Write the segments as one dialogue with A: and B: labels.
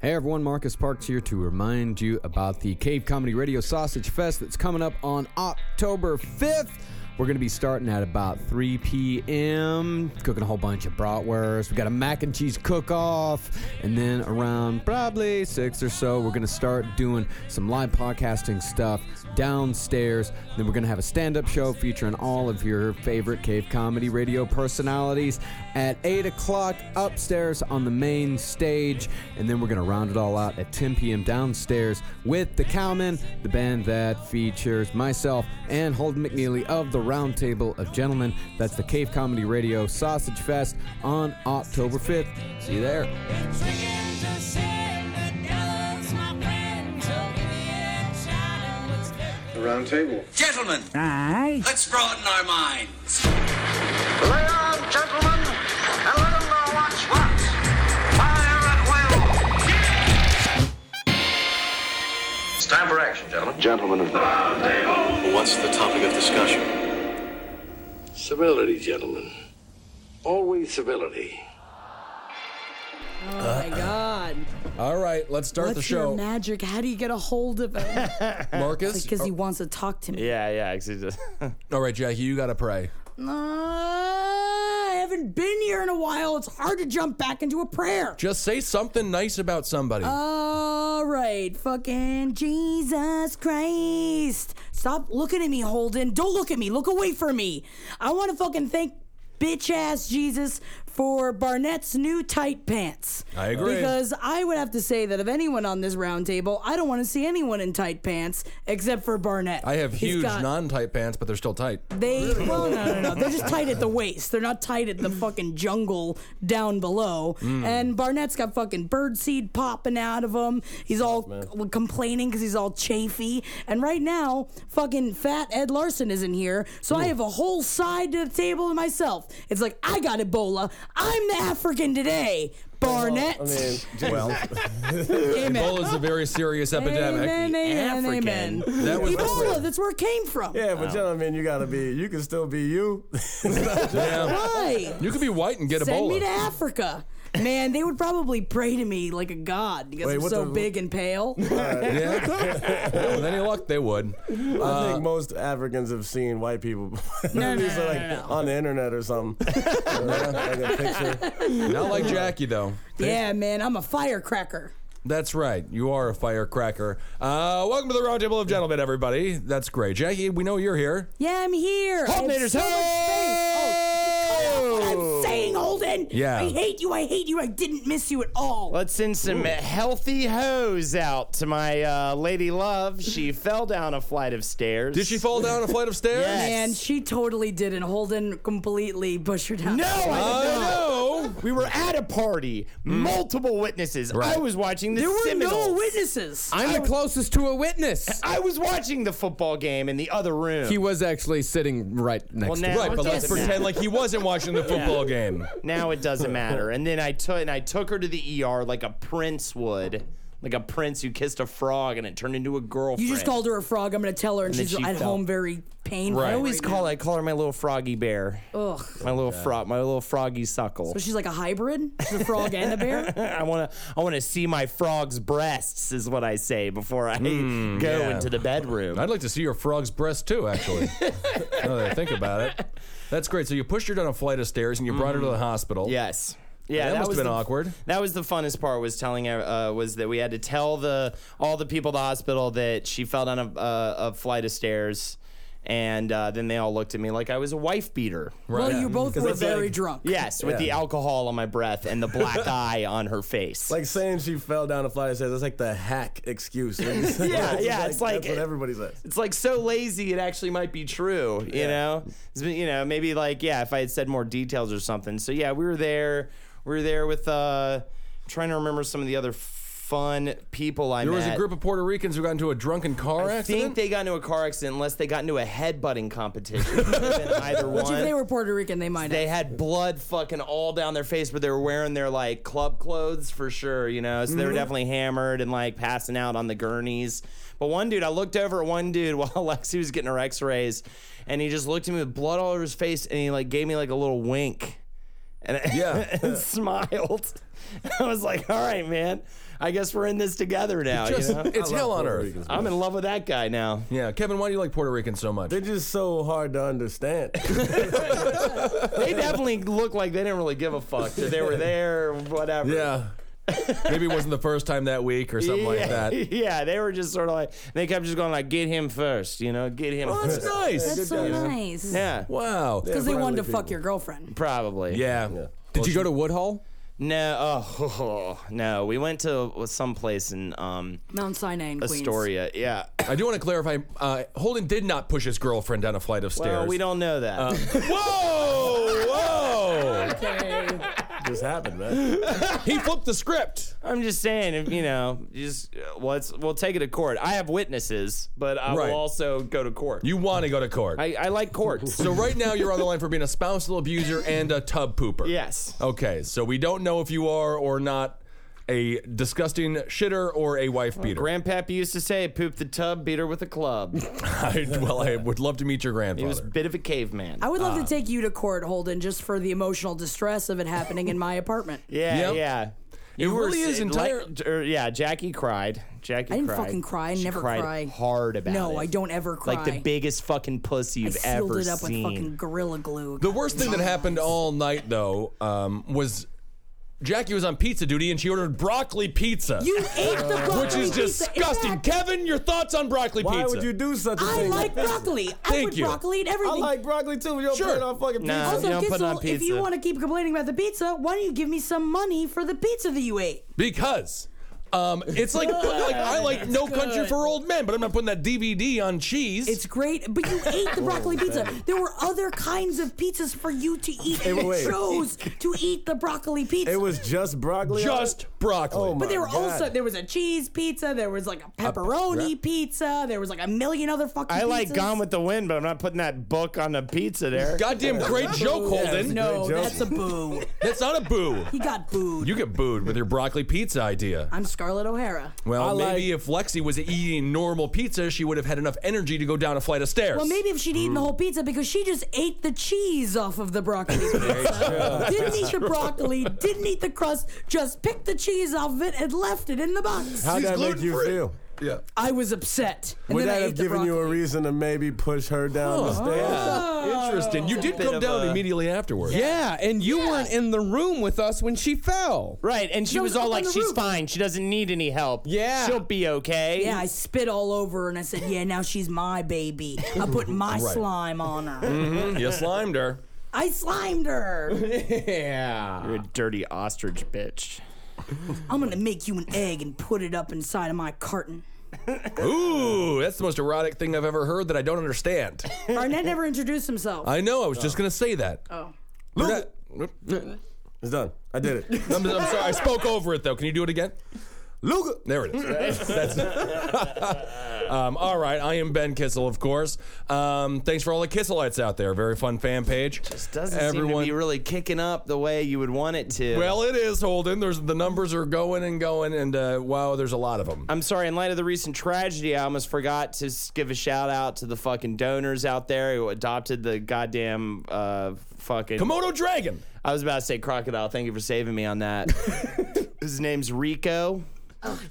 A: Hey everyone, Marcus Parks here to remind you about the Cave Comedy Radio Sausage Fest that's coming up on October 5th. We're going to be starting at about 3 p.m., cooking a whole bunch of bratwurst. We got a mac and cheese cook off. And then around probably 6 or so, we're going to start doing some live podcasting stuff downstairs. Then we're going to have a stand up show featuring all of your favorite cave comedy radio personalities at 8 o'clock upstairs on the main stage. And then we're going to round it all out at 10 p.m. downstairs with the Cowmen, the band that features myself and Holden McNeely of the Roundtable of Gentlemen. That's the Cave Comedy Radio Sausage Fest on October 5th. See you there.
B: The round table.
C: Gentlemen, let's broaden our minds.
D: Lay on, gentlemen, and let 'em know what's what. Fire at will. It's time for action, gentlemen.
E: Gentlemen of What's the topic of discussion? Civility, gentlemen. Always civility.
F: Oh my God.
G: All right, let's start
F: What's
G: the show.
F: your magic? How do you get a hold of him?
G: Marcus?
F: Because he
A: Oh,
F: wants to talk to me.
H: Yeah, yeah. 'cause it just-
G: All right, Jackie, you got to pray.
F: Uh, I haven't been here in a while. It's hard to jump back into a prayer.
G: Just say something nice about somebody.
F: Uh, All right, fucking Jesus Christ. Stop looking at me, Holden. Don't look at me. Look away from me. I want to fucking thank bitch ass Jesus for Barnett's new tight pants.
G: I agree.
F: Because I would have to say that of anyone on this round table, I don't want to see anyone in tight pants except for Barnett.
G: I have
F: He's
G: huge
F: got-
G: non tight pants, but they're still tight.
F: They well no no no they're just tight at the waist. They're not tight at the
G: Mm.
F: fucking jungle down below. And Barnett's got fucking birdseed popping out of him. He's all c- complaining because he's all chafy. And right now, fucking fat Ed Larson isn't here, so I have a whole side to the table to myself. It's like I got Ebola. I'm the African today. Barnett.
G: Well,
F: amen.
G: Ebola is a very serious epidemic.
F: Amen, amen,
H: African.
F: amen.
G: That was
F: Ebola, that's where it came from.
I: Yeah, but gentlemen, you gotta be. You can still be you.
G: Yeah.
F: Why?
G: You could be white and get
F: Send
G: Ebola.
F: me to Africa. Man, they would probably pray to me like a god because
I: Wait,
F: I'm
I: what
F: so
I: the-
F: big and pale.
G: yeah. Well, with any luck, they would.
I: I think most Africans have seen white people.
F: no,
I: These
F: no,
I: are like
F: no,
I: on the internet or something. like a picture.
G: Not like Jackie, though.
F: yeah, man, I'm a firecracker.
G: That's right. You are a firecracker. Uh, welcome to the Roundtable of Gentlemen, everybody. That's great. Jackie, we know you're here.
F: Yeah, I'm here. I have
G: Holdenators,
F: so much faith. Oh, cut off what I'm saying, Holden.
G: Yeah.
F: I hate you. I hate you. I didn't miss you at all.
H: let's send some healthy hoes out to my uh, lady love. She fell down a flight of stairs.
G: Did she fall down a flight of stairs?
H: Yes.
F: Man, she totally did, and Holden completely bushed her down.
H: No, I did not.
G: Oh, no.
H: We were at a party. Multiple witnesses. I was watching the
F: there were no
H: Seminoles.
F: witnesses.
A: I'm the closest to a witness.
H: I was watching the football game in the other room.
A: He was actually sitting right next
H: Well,
A: to
H: now-
A: me.
G: Right, but let's
H: Doesn't
G: pretend like he wasn't watching the football game.
H: now it doesn't matter. And then I took and I took her to the ER like a prince would, like a prince who kissed a frog and it turned into a girlfriend.
F: You just called her a frog. I'm going to tell her, and,
H: then
F: she's
H: she
F: at
H: fell.
F: home very painful.
H: I always
F: right
H: call I call her my little froggy bear.
F: now. Ugh.
H: My little frog, my little froggy suckle.
F: So she's like a hybrid? She's a frog and a bear?
H: I want to I want to see my frog's breasts is what I say before I go
G: Hmm, yeah.
H: into the bedroom.
G: I'd like to see your frog's breast too, actually. now that I think about it. That's great. So you pushed her down a flight of stairs and you brought her to the hospital.
H: Yes. Mm-hmm. Yeah,
G: That must have
H: was
G: been
H: the-
G: awkward.
H: That was the funnest part was telling her uh, was that we had to tell the all the people at the hospital that she fell down a, a, a flight of stairs, and uh, then they all looked at me like I was a wife beater.
F: Well,
G: Yeah.
F: you both
I: Because
F: were
I: that's
F: very
I: like-
F: drunk.
H: Yes, with the alcohol on my breath and the black eye on her face.
I: Like saying she fell down a flight of stairs. That's like the hack excuse.
H: Yeah, yeah, it's like-
I: that's what everybody says.
H: it's like so lazy it actually might be true you know It's been- you know maybe like yeah if i had said more details or something so yeah we were there we were there with uh trying to remember some of the other fun people i
G: There
H: met
G: was a group of Puerto Ricans who got into a drunken car
H: I think
G: accident.
H: they got into a car accident unless they got into a headbutting competition. It could have been either
F: Which,
H: one.
F: if they were Puerto Rican, they might
H: They
F: have.
H: had blood fucking all down their face, but they were wearing their like club clothes for sure, you know. So they
G: Mm-hmm.
H: were definitely hammered and like passing out on the gurneys. But one dude, I looked over at one dude while Lexi was getting her X-rays, and he just looked at me with blood all over his face, and he like gave me like a little wink, and,
G: Yeah.
H: and smiled. I was like, all right, man, I guess we're in this together now. you
G: Just-
H: know?
G: it's
I: I love
G: hell on
I: Puerto
G: earth.
I: Ricans, man.
H: I'm in love with that guy now.
G: Yeah, Kevin, why do you like Puerto Ricans so much?
I: They're just so hard to understand.
H: They definitely look like they didn't really give a fuck. that They were there, whatever.
G: yeah. Maybe it wasn't the first time that week or something like
H: yeah,
G: that.
H: Yeah, they were just sort of like they kept just going like, get him first, you know, get him.
G: Oh, that's
H: first.
G: nice.
I: Good
B: That's so
I: guys.
B: nice.
H: Yeah,
G: Wow.
F: because they wanted to
I: friendly
F: fuck your girlfriend.
H: probably.
G: Yeah.
A: Did you go to Woodhull?
H: No, oh, no. We went to some place in um,
F: Mount Sinai in Queens.
H: Astoria. Yeah.
G: I do want to clarify. Uh, Holden did not push his girlfriend down a flight of stairs.
H: Well, we don't know that.
G: Uh. Whoa! Whoa!
I: just happened, man.
G: he flipped the script.
H: I'm just saying, if, you know, you just uh, well, it's, we'll take it to court. I have witnesses, but I
G: Right.
H: will also go to court.
G: You want to go to court.
H: I, I like courts.
G: so right now you're on the line for being a spousal abuser and a tub pooper.
H: yes.
G: Okay, so we don't know if you are or not a disgusting shitter or a wife beater.
H: Grandpappy used to say, "Poop the tub, beat her with a club."
G: I, well, I would love to meet your
H: He was
G: grandfather.
H: a bit of a caveman.
F: I would love to take you to court, Holden, just for the emotional distress of it happening in my apartment.
H: yeah,
G: Yep.
H: yeah.
G: It really is entire-
H: Like, or, yeah, Jackie cried. Jackie.
F: I didn't
H: cried.
F: fucking cry. I
H: She
F: never
H: cried
F: cry.
H: Hard about it.
F: No, I don't ever cry.
H: Like the biggest fucking pussy
F: I
H: you've
F: sealed
H: ever
F: it up
H: seen.
F: with fucking gorilla glue.
G: the worst thing that happened all night, though, um, was Jackie was on pizza duty and she ordered broccoli pizza.
F: you ate the broccoli
G: which is
F: pizza. In
G: disgusting.
F: fact,
G: Kevin, your thoughts on broccoli
I: Why
G: pizza?
I: would you do such a
F: I
I: thing?
F: like broccoli. I
G: Thank
F: put
G: you.
F: broccoli and
I: I
F: everything.
I: like broccoli too. You don't
G: Sure.
I: put it on fucking
H: Nah.
I: pizza.
H: You
F: also,
H: don't put on
F: Kissel, if you
H: pizza.
F: want to keep complaining about the pizza, why don't you give me some money for the pizza that you ate?
G: Because um, it's like, like I like No Country for Old Men, but I'm not putting that DVD on cheese.
F: It's great, but you ate the broccoli pizza. There were other kinds of pizzas for you to eat, and
I: wait, wait.
F: you chose to eat the broccoli pizza.
I: It was just broccoli.
G: just broccoli.
I: Oh my
F: But there were
I: God.
F: also there was a cheese pizza, there was like a pepperoni pizza, there was like a million other fucking.
H: I like
F: pizzas.
H: Gone with the Wind, but I'm not putting that book on the pizza there.
G: Goddamn great joke, Holden.
F: No,
I: Great joke.
F: that's a boo.
G: That's not a boo.
F: He got booed.
G: You get booed with your broccoli pizza idea.
F: I'm Scarlett O'Hara.
G: Well,
I: I
G: maybe if Lexi was eating normal pizza, she would have had enough energy to go down a flight of stairs.
F: Well, maybe if she'd eaten the whole pizza because she just ate the cheese off of the broccoli pizza. didn't eat your broccoli, didn't eat the crust, just picked the cheese off of it and left it in the box.
I: How'd
G: She's
I: that make you
G: gluten-free.
I: feel?
G: Yeah.
F: I was upset. And
I: Would
F: then I
I: that
F: ate
I: have
F: the
I: given you a
F: broccoli.
I: reason to maybe push her down the stairs?
G: Interesting. You did
H: Bit
G: come
H: of
G: down
H: a-
G: immediately afterwards.
A: Yeah, and you weren't in the room with us when she fell.
H: Right, and she
F: No,
H: was
F: up
H: all
F: on
H: like,
F: the
H: "She's
F: roof."
H: fine. She doesn't need any help.
A: Yeah.
H: she'll be okay."
F: Yeah, I spit all over and I said, Yeah, now she's my baby. I put my slime on her.
I: Mm-hmm.
G: You slimed her.
F: I slimed her.
H: you're a dirty ostrich bitch.
F: I'm gonna make you an egg and put it up inside of my carton.
G: Ooh, that's the most erotic thing I've ever heard that I don't understand.
F: Barnett never introduced himself.
G: I know. I was just gonna say that.
F: oh.
G: We're not-
I: It's done. I did it.
G: I'm, I'm sorry. I spoke over it though. Can you do it again? Luca. There it is. That's- um, all right. I am Ben Kissel, of course. Um, thanks for all the Kisselites out there. Very fun fan page. Just
H: Doesn't seem to be really kicking up the way you would want it to.
G: Well, it is Holden. There's the numbers are going and going, and uh, wow, there's a lot of them.
H: I'm sorry. In light of the recent tragedy, I almost forgot to s- give a shout out to the fucking donors out there who adopted the goddamn uh, fucking.
G: Komodo dragon.
H: I was about to say crocodile. Thank you for saving me on that. His name's Rico.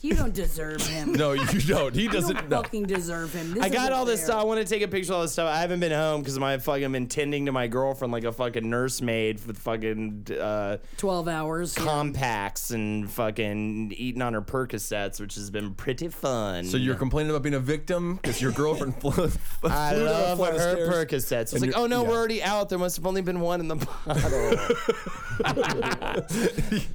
F: You don't deserve him.
G: No, you don't. He
F: You
G: doesn't.
F: don't
G: No.
F: fucking deserve him. This
H: I got
F: isn't
H: all this
F: fair.
H: stuff. I want to take a picture of all this stuff. I haven't been home because my fucking been tending to my girlfriend like a fucking nursemaid with fucking uh,
F: 12 hours.
H: compacts and fucking eating on her Percocets, which has been pretty fun.
G: So you're complaining about being a victim because your girlfriend flew. flew
H: I
G: down a
H: love
G: flight
H: her
G: of stairs.
H: Percocets. It's
G: And
H: like,
G: you're-
H: oh no,
G: yeah.
H: we're already out. There must have only been one in the bottle.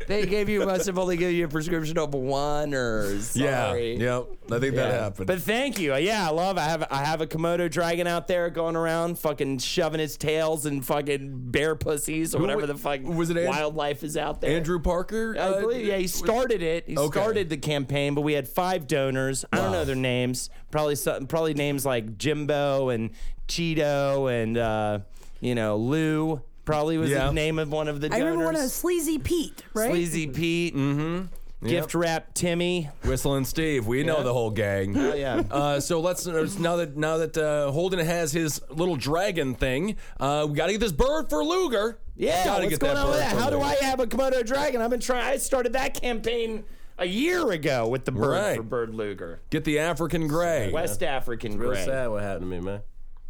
H: they gave you must have only given you a prescription of one or
G: Yeah.
H: sorry.
G: Yep. I think that
H: Yeah.
G: happened.
H: But thank you. Yeah, I love. I have. I have a Komodo dragon out there going around, fucking shoving his tails and fucking bear pussies or whatever
G: wa-
H: the fuck
G: was it An-
H: wildlife is out there.
G: Andrew Parker.
H: I
G: uh,
H: believe. Yeah, he started it. He
G: Okay.
H: started the campaign, but we had five donors. I don't know their names. Probably some, probably names like Jimbo and Cheeto and uh, you know Lou. Probably was
G: Yeah.
H: the name of one of the
F: I
H: donors.
F: remember when I was Sleazy Pete, right?
H: Sleazy Pete.
G: Mm-hmm.
H: gift wrap Timmy.
G: Whistling Steve, we know the whole gang.
H: Oh, yeah.
G: Uh, so let's uh, now that now that uh, Holden has his little dragon thing, uh, we got to get this bird for Luger.
H: Yeah,
G: gotta
H: what's
G: get
H: going
G: that
H: on with
G: bird
H: that?
G: for
H: How do
G: Luger.
H: I have a Komodo dragon? I've been trying. I started that campaign a year ago with the bird
G: Right.
H: for Bird Luger,
G: get the African gray?
H: West African
I: Real
H: gray.
I: sad what happened to me, man.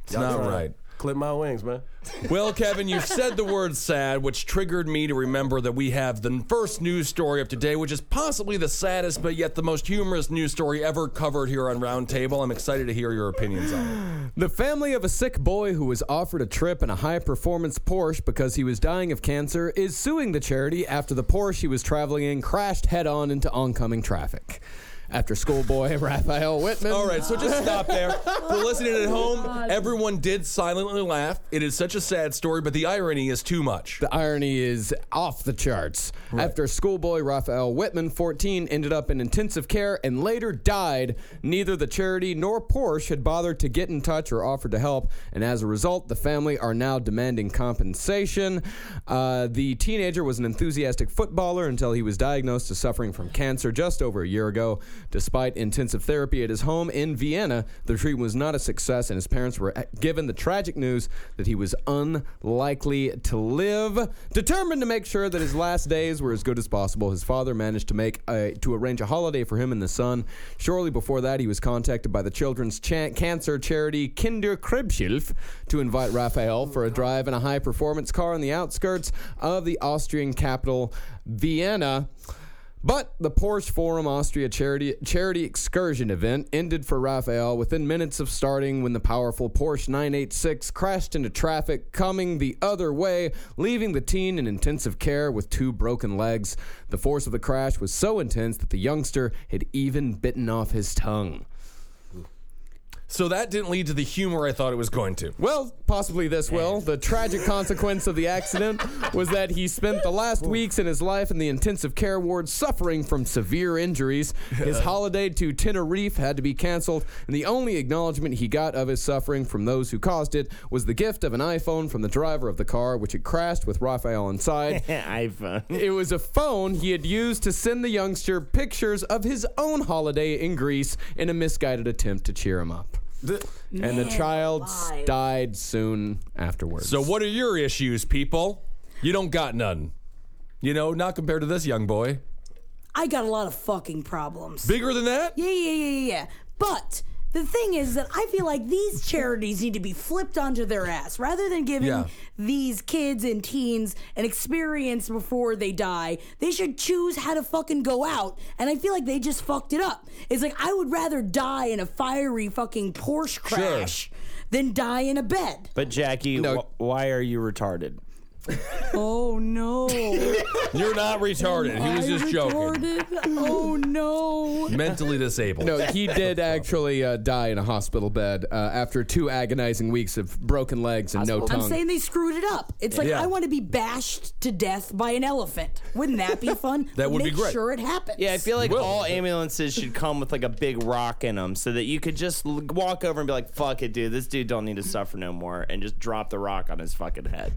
G: It's not right.
I: Clip my wings, man.
G: Well, Kevin, you said the word sad, which triggered me to remember that we have the first news story of today, which is possibly the saddest, but yet the most humorous news story ever covered here on Roundtable. I'm excited to hear your opinions on it.
A: The family of a sick boy who was offered a trip in a high performance Porsche because he was dying of cancer is suing the charity after the Porsche he was traveling in crashed head on into oncoming traffic. After schoolboy Raphael Whitman.
G: All right, so just stop there. For listening at home, everyone did silently laugh. It is such a sad story, but the irony is too much.
A: The irony is off the charts. After schoolboy Raphael Whitman, 14, ended up in intensive care and later died, neither the charity nor Porsche had bothered to get in touch or offered to help. And as a result, the family are now demanding compensation. Uh, the teenager was an enthusiastic footballer until he was diagnosed as suffering from cancer just over a year ago. Despite intensive therapy at his home in Vienna, the treatment was not a success, and his parents were eh, given the tragic news that he was unlikely to live. Determined to make sure that his last days were as good as possible, his father managed to make a, to arrange a holiday for him and the son. Shortly before that, he was contacted by the children's cha- cancer charity Kinderkrebshilfe to invite Raphael for a drive in a high-performance car on the outskirts of the Austrian capital, Vienna. But the Porsche Forum Austria charity, charity excursion event ended for Raphael within minutes of starting when the powerful Porsche 986 crashed into traffic coming the other way, leaving the teen in intensive care with two broken legs. The force of the crash was so intense that the youngster had even bitten off his tongue.
G: So that didn't lead to the humor I thought it was going to.
A: Well, possibly this will. The tragic consequence of the accident was that he spent the last weeks in his life in the intensive care ward suffering from severe injuries. His holiday to Tenerife had to be canceled, and the only acknowledgement he got of his suffering from those who caused it was the gift of an iPhone from the driver of the car, which had crashed with Raphael inside.
H: iPhone.
A: It was a phone he had used to send the youngster pictures of his own holiday in Greece in a misguided attempt to cheer him up. and the child s-
F: alive.
A: died soon afterwards.
G: So what are your issues, people? You don't got none. You know, not compared to this young boy.
F: I got a lot of fucking problems.
G: Bigger than that?
F: Yeah, yeah, yeah, yeah, yeah. But the thing is that I feel like these charities need to be flipped onto their ass rather than giving
G: Yeah.
F: these kids and teens an experience before they die. They should choose how to fucking go out. And I feel like they just fucked it up. It's like I would rather die in a fiery fucking Porsche crash than die in a bed.
H: But Jackie, wh- why are you retarded?
F: Oh no.
G: You're not retarded. He was
F: I
G: just joking.
F: retarded. Oh no.
G: Mentally disabled.
A: No, he did actually uh, die in a hospital bed uh, after two agonizing weeks of broken legs and no tongue.
F: I'm saying they screwed it up. It's like
G: Yeah.
F: I want to be bashed to death by an elephant. Wouldn't that be fun?
G: That would be
F: Make
G: great.
F: Sure, it happens.
H: Yeah, I feel like all ambulances should come with like a big rock in them, so that you could just l- walk over and be like, "Fuck it, dude. This dude don't need to suffer no more," and just drop the rock on his fucking head.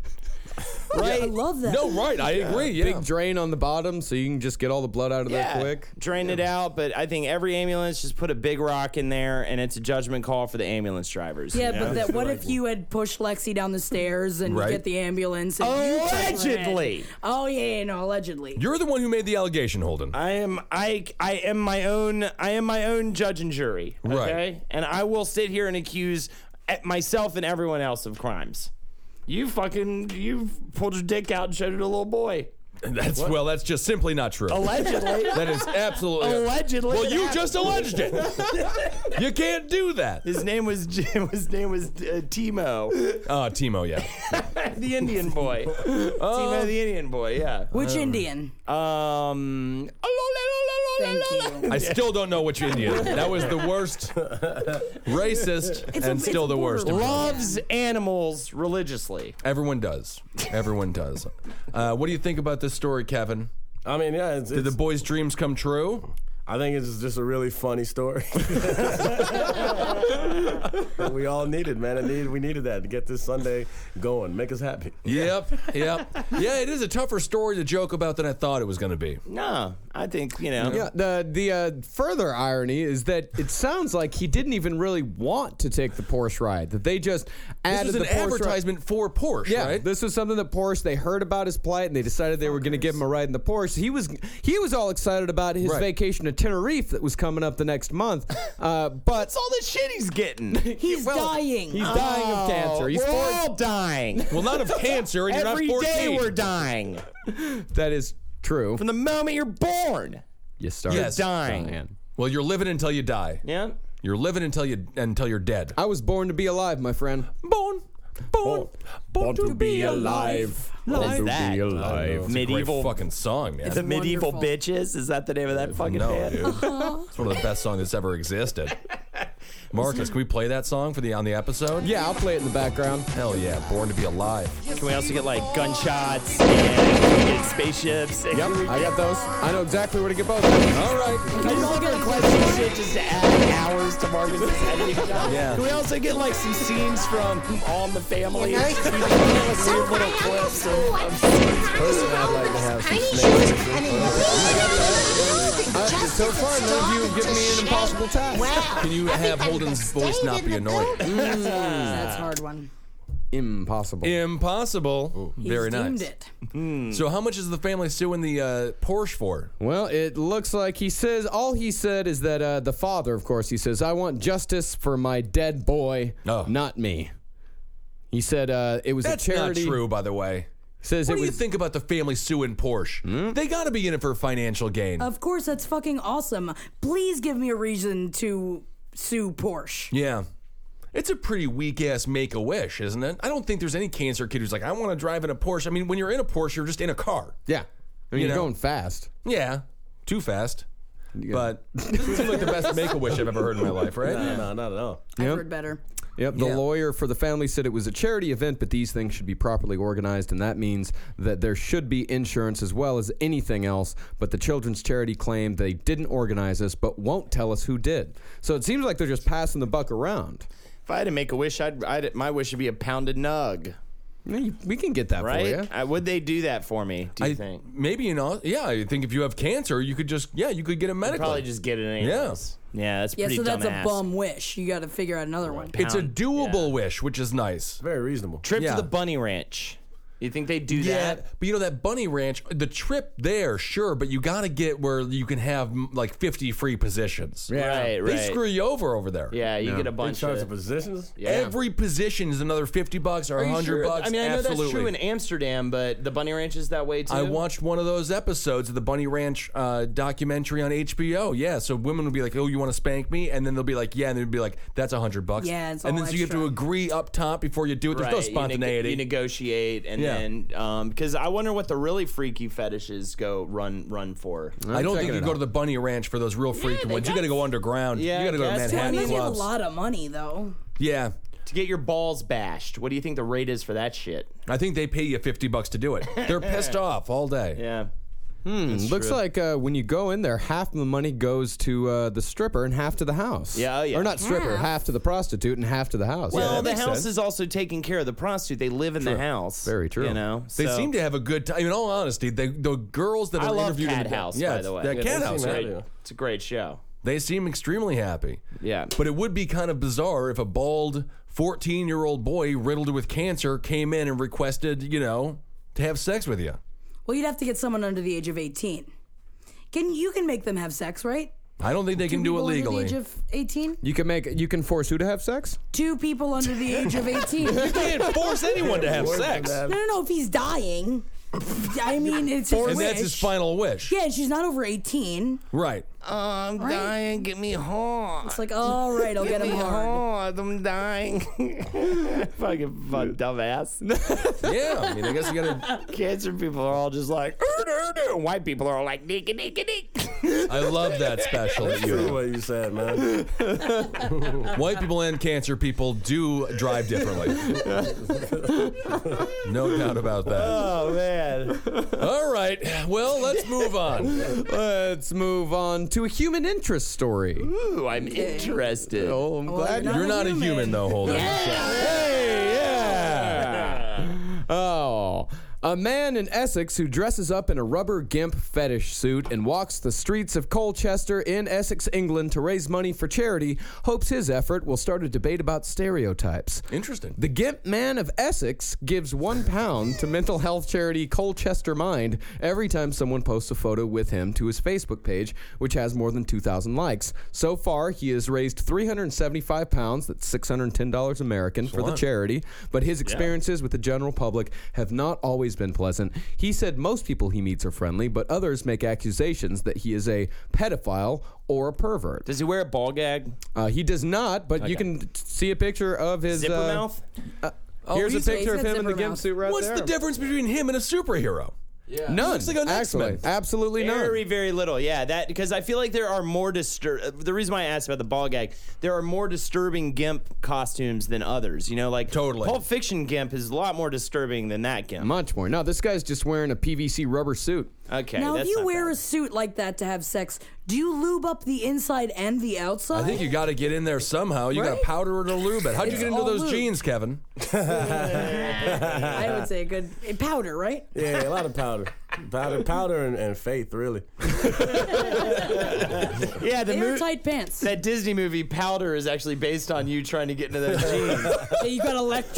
F: I love that.
G: No, right. I agree. Yeah.
A: Big drain on the bottom, so you can just get all the blood out of there quick.
H: Drain it out, but I think every ambulance just put a big rock in there, and it's a judgment call for the ambulance drivers.
F: Yeah,
H: you know?
F: but that, what if you had pushed Lexi down the stairs and
G: Right.
F: you get the ambulance? And you push her head?
H: Allegedly.
F: Oh yeah, yeah, no, allegedly.
G: You're the one who made the allegation, Holden.
H: I am I I am my own I am my own judge and jury. Okay?
G: Right.
H: And I will sit here and accuse eh, myself and everyone else of crimes. You fucking you pulled your dick out and showed it to a little boy.
G: That's well. That's just simply not true.
H: Oh, Allegedly.
G: that is absolutely
H: oh, Allegedly
G: Well,
H: it
G: you
H: happened.
G: just alleged it. you can't do that.
H: His name was Jim. His name was uh, Timo,
G: Oh, Timo. Yeah.
H: the Indian boy. Oh. Timo, the Indian boy. Yeah.
F: Which
G: Oh.
F: Indian?
H: Um.
F: Thank you.
G: I still don't know which Indian. That was the worst, racist,
F: It's a-
G: and
F: it's
G: still the worst.
F: borderline.
H: Loves animals religiously.
G: Everyone does. Everyone does. Uh, what do you think about this story, Kevin?
I: I mean, yeah, it's,
G: Did the
I: it's-
G: boy's dreams come true?
I: I think it's just a really funny story. that we all needed, man. I need, we needed that to get this Sunday going. Make us happy.
G: Yep, yep. Yeah, it is a tougher story to joke about than I thought it was going to be.
H: No, I think you know.
A: Yeah, the the uh, further irony is that it sounds like he didn't even really want to take the Porsche ride. That they just
G: This
A: added
G: is an
A: the Porsche ride-
G: advertisement for Porsche,
A: Yeah,
G: right?
A: this was something that Porsche they heard about his plight and they decided they were going to give him a ride in the Porsche. He was he was all excited about his
G: Right.
A: vacation to Tenerife that was coming up the next month, uh, but
H: That's all the shit he's getting.
F: He's dying.
A: he's dying
G: Oh,
A: of cancer. He's
H: Oh, we're
A: four-
H: all dying.
G: well, not of cancer, and you're
H: Every
G: not 14.
H: day we're dying.
A: that is true.
H: From the moment you're born,
A: You start
G: Yes.
H: dying.
G: well, you're living until you die.
H: Yeah.
G: You're living until you until you're dead.
A: I was born to be alive, my friend.
G: born, born, born to be alive.
H: What is that?
G: It's a great
H: Medieval-
G: fucking song, man.
H: The medieval bitches. Is that the name of that fucking
G: no,
H: band?
G: dude. it's one of the best songs that's ever existed. Marcus, can we play that song for the on the episode?
A: Yeah, I'll play it in the background.
G: Hell yeah, born to be alive.
H: Can we also get like gunshots and we get spaceships? And
A: Yep, I got those. I know exactly where to get both. All right.
H: I love requesting shit just to add hours to Marcus's editing job.
G: Yeah.
H: Can we also get like some scenes from All in the Family? Just even little little clips of-
A: so far, none of you have given me an impossible task.
G: Can you have Holden's voice not be annoying?
F: That's a hard one.
A: Impossible.
G: Impossible.
F: He's
G: Very
F: deemed
G: nice.
F: it.
G: So, how much is the family suing the uh, Porsche for?
A: Well, it looks like he says all he said is that uh, the father, of course, he says, "I want justice for my dead boy,
G: Oh.
A: not me." He said uh, it was
G: That's
A: a charity.
G: not true, by the way. Hmm?
A: Says it
G: What do you
A: was.
G: think about the family suing Porsche? They got to be in it for financial gain.
F: Of course, that's fucking awesome. Please give me a reason to sue Porsche.
G: yeah. It's a pretty weak ass make a wish, isn't it? I don't think there's any cancer kid who's like, I want to drive in a Porsche. I mean, when you're in a Porsche, you're just in a car.
A: yeah, I mean, you
G: You
A: are
G: know.
A: going fast.
G: Yeah, too fast. But doesn't seem like the best make a wish I've ever heard in my life, right?
I: No, not at all.
F: I've heard better.
A: Yep. The
G: Yeah.
A: lawyer for the family said it was a charity event, but these things should be properly organized, and that means that there should be insurance as well as anything else. But the children's charity claimed they didn't organize this, but won't tell us who did. So it seems like they're just passing the buck around.
H: If I had to make a wish, I'd, I'd my wish would be a pounded nug,
A: I mean, we can get that for you.
H: right? I, would they do that for me? Do you
G: I
H: think?
G: maybe you know. Yeah, I think if you have cancer, you could just yeah, you could get a medical.
H: Probably just get it anyways. Yeah, that's
F: Yeah,
H: pretty
F: so that's
H: dumbass.
F: a bum wish. You got to figure out another one.
G: it's a
H: pound.
G: doable wish, which is nice.
I: Very reasonable.
H: Trip
G: Yeah.
H: to the bunny ranch. You think they do that?
G: but you know that bunny ranch, the trip there, sure, but you got to get where you can have m- like 50 free positions. They
H: Right, right.
G: screw you over over there.
H: yeah, you get a
I: They
H: bunch
I: charge the
H: of.
I: positions.
H: Yeah.
G: Every position is another 50 bucks or
H: Are you
G: 100
H: sure?
G: bucks.
H: I mean, I know
G: Absolutely.
H: that's true in Amsterdam, but the bunny ranch is that way too.
G: I watched one of those episodes of the Bunny Ranch uh, documentary on HBO. Yeah, so women would be like, "Oh, you want to spank me?" And then they'll be like, "Yeah," and they'd be like, "That's a hundred bucks."
F: Yeah, it's
G: and then
F: all
G: so you have to
F: extra.
G: agree up top before you do it. There's
H: Right,
G: no
H: you neg-
G: spontaneity.
H: You, negotiate, and
G: Yeah.
H: then because I wonder what the really freaky fetishes go run run for.
G: I don't
A: Check
G: think
A: it
G: you go
A: out.
G: to the Bunny Ranch for those real freaky
F: they
G: ones. You got to go underground.
H: Yeah,
G: you got to go to
H: I guess.
F: I
G: Manhattan
F: mean, you have a
G: clubs.
F: lot of money though.
G: Yeah,
H: To get your balls bashed, what do you think the rate is for that shit?
G: I think they pay you fifty bucks to do it. They're pissed off all day.
H: Yeah,
A: Looks like uh, when you go in there, half the money goes to uh, the stripper and half to the house.
H: Yeah, oh, yeah.
A: Or not stripper, half. to the prostitute and half to the house.
H: Well,
A: yeah.
H: the
G: makes
H: house
G: sense.
H: is also taking care of the prostitute. They live in the house.
A: Very true.
H: You know,
G: They
H: so-
G: seem to have a good time. In all honesty, they, the girls that
H: I
G: are
H: love
G: interviewed
H: Cat
G: in the
H: House,
G: yeah,
H: by the way.
G: that
H: Yeah,
G: Cat
I: they
G: House,
I: seem
G: right?
I: happy. Yeah.
H: It's a great show.
G: They seem extremely happy.
H: Yeah.
G: But it would be kind of bizarre if a bald 14 year old boy riddled with cancer came in and requested, you know, to have sex with you.
F: Well, you'd have to get someone under the age of eighteen. Can you can make them have sex, right?
G: I don't think they can do it
F: People Under the age
G: legally.
F: of eighteen.
A: you can make you can force who to have sex?
F: Two people under the age of eighteen. no,
G: can't force anyone to have
I: Words
G: sex.
I: that-
G: And
F: no, no. If he's dying, I mean, it's his wish.
G: that's his final wish.
F: Yeah, and she's not over eighteen.
G: Right.
H: I'm dying. Get me hard.
F: It's like, all right, I'll get him hard.
H: I'm dying. Fucking fuck, dumbass.
G: Yeah. I mean, I guess you gotta.
H: Cancer people are all just like, "Er, er, er." white people are all like, nika, nika, nika.
G: I love that special that you
I: True
G: have.
I: what you said, man.
G: White people and cancer people do drive differently. no doubt about that.
H: Oh man.
G: All right. Well, let's move on.
A: Let's move on to a human interest story.
H: Ooh, I'm interested.
A: Oh, I'm glad.
G: You're not a human, though, Holden.
A: Hey, yeah. Oh. A man in Essex who dresses up in a rubber gimp fetish suit and walks the streets of Colchester in Essex, England to raise money for charity hopes his effort will start a debate about stereotypes.
G: Interesting.
A: The Gimp Man of Essex gives one pound to mental health charity Colchester Mind every time someone posts a photo with him to his Facebook page, which has more than 2,000 likes. So far, he has raised 375 pounds, that's $610 American, for the charity, but his experiences with the general public have not always been pleasant. He said most people he meets are friendly, but others make accusations that he is a pedophile or a pervert.
H: Does he wear a ball gag?
A: Uh, he does not, but you can t- see a picture of his
H: Zipper
A: uh,
H: mouth?
A: Here's a
F: Oh, he's-
A: picture
F: he's
A: of
F: got
A: him in the
F: zipper
A: gimp
F: mouth.
A: suit right
G: What's
A: there.
G: the difference between him and a superhero?
A: None.
G: looks like an
A: actually,
G: X-Men.
A: absolutely
H: Very,
A: none.
H: very little. Yeah, that because I feel like there are more disturb. The reason why I asked about the ball gag, there are more disturbing Gimp costumes than others. You know, like
G: Totally.
H: Pulp Fiction Gimp is a lot more disturbing than that Gimp.
A: Much more. No, this guy's just wearing a PVC rubber suit.
H: Okay.
F: Now, if
H: that's
F: you
H: not
F: wear
H: bad.
F: a suit like that to have sex, do you lube up the inside and the outside?
G: I think you got to get in there somehow. You got
F: Right?
G: to powder it or lube it. How'd you
F: It's
G: get into
F: all
G: those
F: lube.
G: jeans, Kevin?
F: I would say good eh, powder, right?
I: Yeah, a lot of powder, powder, powder, and, and faith, really.
H: yeah, the movie
F: Airtight pants.
H: that Disney movie Powder is actually based on you trying to get into those jeans.
F: So you got
I: All
H: Powder.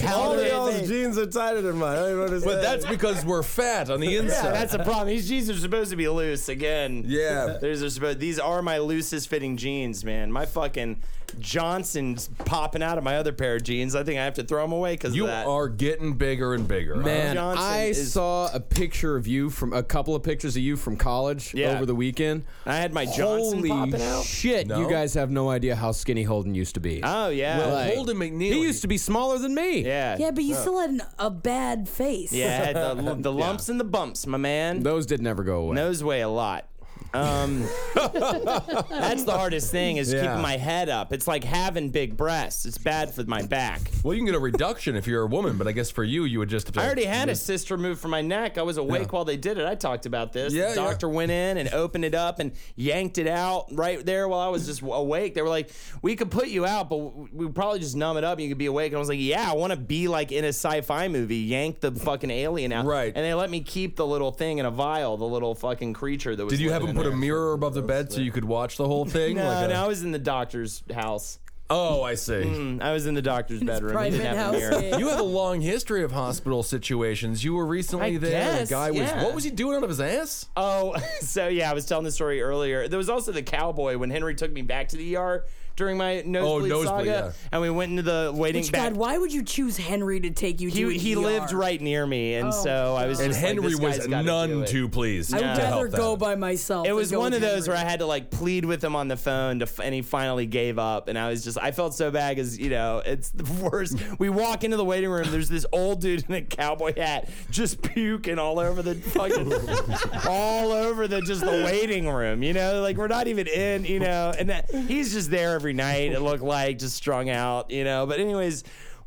F: electrolytes.
I: y'all's jeans are tighter than mine. I don't understand.
G: But that's because we're fat on the
H: Yeah,
G: inside.
H: that's a problem. These jeans are supposed to be loose again.
G: Yeah.
H: These are supposed. These are my loosest fitting jeans, man. My fucking Johnson's popping out of my other pair of jeans. I think I have to throw them away because
G: you
H: of that.
G: are getting bigger and bigger.
A: Man,
H: Johnson
A: I
H: is-
A: saw a picture of you from a couple of pictures of you from college
H: Yeah.
A: over the weekend.
H: I had my Johnson popping
A: Holy
H: out.
A: shit!
G: No?
A: You guys have no idea how skinny Holden used to be.
H: Oh yeah.
A: Like,
G: Holden McNeely.
A: He used to be smaller than me.
H: yeah.
F: Yeah, but you still had an, a bad face.
H: Yeah, I had the, the lumps and the bumps, my man.
A: Those did never go away.
H: Nose weigh a lot. Um, that's the hardest thing is
G: Yeah.
H: keeping my head up. It's like having big breasts. It's bad for my back.
G: Well, you can get a reduction if you're a woman, but I guess for you, you would just. Have to
H: I already had a cyst removed from my neck. I was awake while they did it. I talked about this.
G: Yeah, yeah.
H: the doctor went in and opened it up and yanked it out right there while I was just awake. They were like, "We could put you out, but we would probably just numb it up and you could be awake." And I was like, "Yeah, I want to be like in a sci-fi movie, yank the fucking alien out."
G: Right.
H: And they let me keep the little thing in a vial, the little fucking creature that was.
G: Did you have
H: living
G: him
H: in
G: put a
H: there.
G: mirror above the bed so you could watch the whole thing?
H: No,
G: Like a-
H: no, I was in the doctor's house.
G: Oh, I see.
I: Mm.
H: I was in the doctor's bedroom. He
F: Private
H: didn't have
F: house.
H: a mirror.
F: Yeah.
G: You have a long history of hospital situations. You were recently
H: I
G: there.
H: guess,
G: a guy was.
H: yeah.
G: What was he doing out of his ass?
H: Oh, so yeah, I was telling the story earlier. There was also the cowboy when Henry took me back to the ER during my nosebleed
G: Oh, nosebleed,
H: saga,
G: yeah.
H: and we went into the waiting
F: Which,
H: back.
F: God, why would you choose Henry to take you to
H: he he
F: an ER?
H: lived right near me, and so I was.
G: And
H: just like,
G: Henry
H: this
G: was
H: guy's gotta do
G: none
H: it.
G: too pleased.
F: I would
G: to
F: rather
G: help that.
F: go by myself.
H: It
F: than
H: was
F: go
H: one of
F: with
H: those
F: Henry.
H: where I had to like plead with him on the phone, to, f- and he finally gave up. And I was just, I felt so bad because you know it's the worst. We walk into the waiting room. There's this old dude in a cowboy hat just puking all over the fucking, all over the just the waiting room. You know, like we're not even in. You know, and that, he's just there every night. It looked like just strung out. You know, but anyways.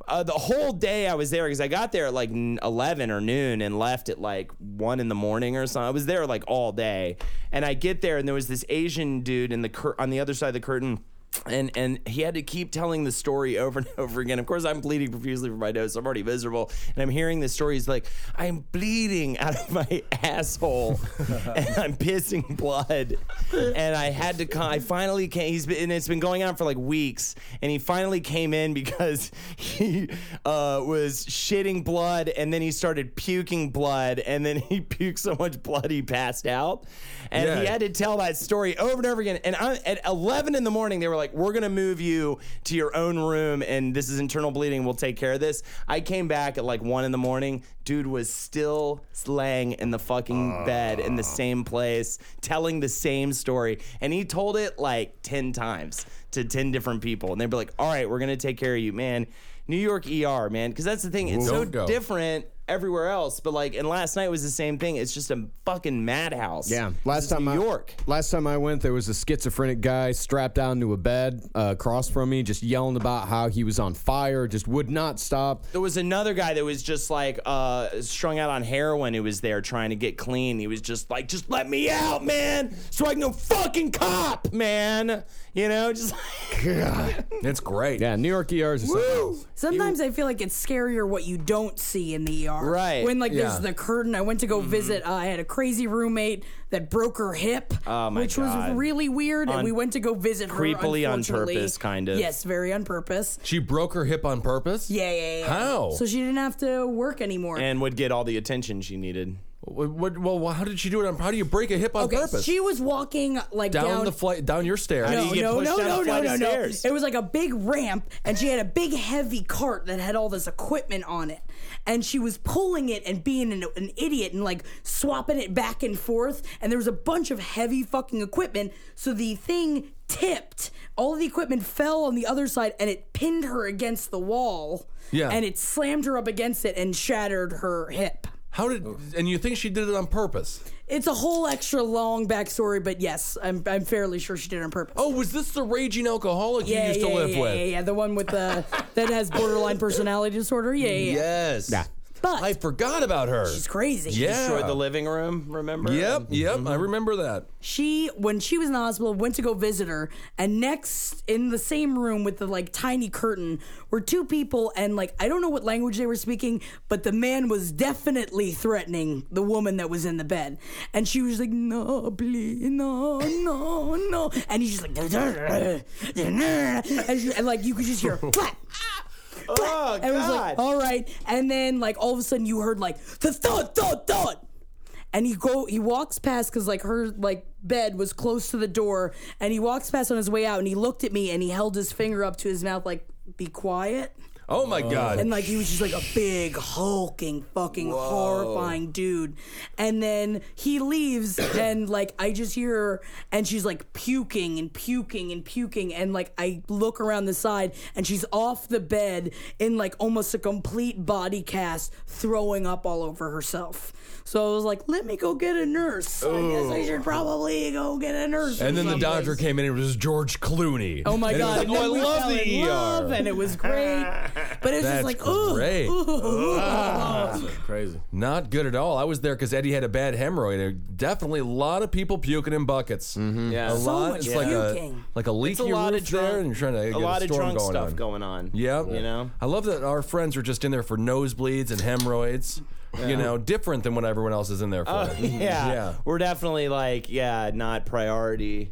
H: Uh, the whole day I was there because I got there at like n- 11 or noon and left at like 1 in the morning or something. I was there like all day. And I get there and there was this Asian dude in the cur- on the other side of the curtain. And and he had to keep telling the story over and over again. Of course, I'm bleeding profusely from my nose. I'm already miserable, and I'm hearing this story. He's like, "I'm bleeding out of my asshole, and I'm pissing blood." And I had to come. I finally came. He's been and it's been going on for like weeks, and he finally came in because he uh, was shitting blood, and then he started puking blood, and then he puked so much blood he passed out, and he
G: Yeah.
H: had to tell that story over and over again. And I, at 11 in the morning, they were like, "We're gonna move you to your own room, and this is internal bleeding. We'll take care of this." I came back at like one in the morning. Dude was still laying in the fucking bed in the same place, telling the same story, and he told it like 10 times to 10 different people, and they were like, "All right, we're gonna take care of you, man." New York ER, man, because that's the thing. It's so
G: Don't go.
H: different everywhere else, but like, and last night was the same thing. It's just a fucking madhouse.
A: Yeah,
H: It's
A: last
H: just
A: time
H: New
A: I,
H: York.
A: Last time I went, there was a schizophrenic guy strapped down to a bed uh, across from me, just yelling about how he was on fire, just would not stop.
H: There was another guy that was just like uh, strung out on heroin who was there trying to get clean. He was just like, just let me out, man, so I can go fucking cop, man. You know, just
G: It's great.
A: Yeah, New York ERs. Are something else.
F: Sometimes I feel like it's scarier what you don't see in the ER.
H: Right. Mm-hmm.
F: When like
G: Yeah.
F: there's the curtain. I went to go visit. Uh, I had a crazy roommate that broke her hip,
H: Oh my
F: which
H: God.
F: was really weird.
H: On-
F: and we went to go visit her.
H: creepily on
F: unfortunately.
H: purpose, kind of.
F: Yes, very on purpose.
G: She broke her hip on purpose.
F: Yeah, yeah, yeah.
G: How?
F: So she didn't have to work anymore.
H: and would get all the attention she needed.
G: What, what, well, how did she do it? On, how do you break a hip on
F: okay,
G: purpose?
F: she was walking like
G: down,
F: down,
G: the flight, down your stairs.
H: How do
F: No,
H: you get
F: no,
H: pushed
F: no,
H: down
F: no,
H: a
F: no,
H: flight
F: no,
H: of
F: no.
H: stairs?
F: It was like a big ramp, and she had a big, heavy cart that had all this equipment on it. And she was pulling it and being an, an idiot and like swapping it back and forth. And there was a bunch of heavy fucking equipment. So the thing tipped. All of the equipment fell on the other side and it pinned her against the wall.
G: Yeah.
F: And it slammed her up against it and shattered her hip.
G: How did? And you think she did it on purpose?
F: It's a whole extra long backstory, but yes, I'm, I'm fairly sure she did it on purpose.
G: Oh, was this the raging alcoholic you used to live
F: yeah,
G: with?
F: Yeah, yeah, the one with the that has borderline personality disorder. Yeah, yeah. yeah.
G: Yes.
F: But
G: I forgot about her.
F: she's crazy.
G: yeah.
H: Destroyed the living room, remember?
G: Yep, yep, I remember that.
F: Mm-hmm. She when she was in the hospital went to go visit her, and next in the same room with the like tiny curtain were two people, and like I don't know what language they were speaking, but the man was definitely threatening the woman that was in the bed, and she was like, "No, please, no, no, no," and he's just like, and, she- and like you could just hear clap.
H: Oh,
F: And it was like,
H: God.
F: all right. And then like all of a sudden you heard like the thud, thud, thud. And he go he walks past because like her like bed was close to the door, and he walks past on his way out, and he looked at me and he held his finger up to his mouth like, be quiet.
G: Oh my god.
F: And like he was just like a big hulking fucking horrifying dude. And then he leaves and like I just hear her and she's like puking and puking and puking and like I look around the side and she's off the bed in like almost a complete body cast throwing up all over herself. So I was like, let me go get a nurse. I guess I should probably go get a nurse.
G: And then the
F: someplace.
G: doctor came in and it was George Clooney.
F: Oh my
G: And it was
F: god!
G: like,
F: And then
G: oh, I
F: we
G: love
F: fell
G: the
F: in
G: ER.
F: love, and it was great. But it was
G: That's
F: just like, ooh,
G: great.
F: ooh,
I: Crazy.
G: Not good at all. I was there because Eddie had a bad hemorrhoid. There definitely a lot of people puking in buckets. A
H: yeah.
G: lot.
F: much
G: it's like a
F: puking.
G: like a leaky
H: It's a lot
G: roof
H: of drunk,
G: there, and you're trying to get
H: a lot of
G: storm
H: drunk
G: going
H: stuff
G: on.
H: going on.
G: Yep.
H: you know.
G: I love that our friends are just in there for nosebleeds and hemorrhoids. You know, different than what everyone else is in there for.
H: Uh, yeah.
G: Yeah.
H: We're definitely like, yeah, not priority.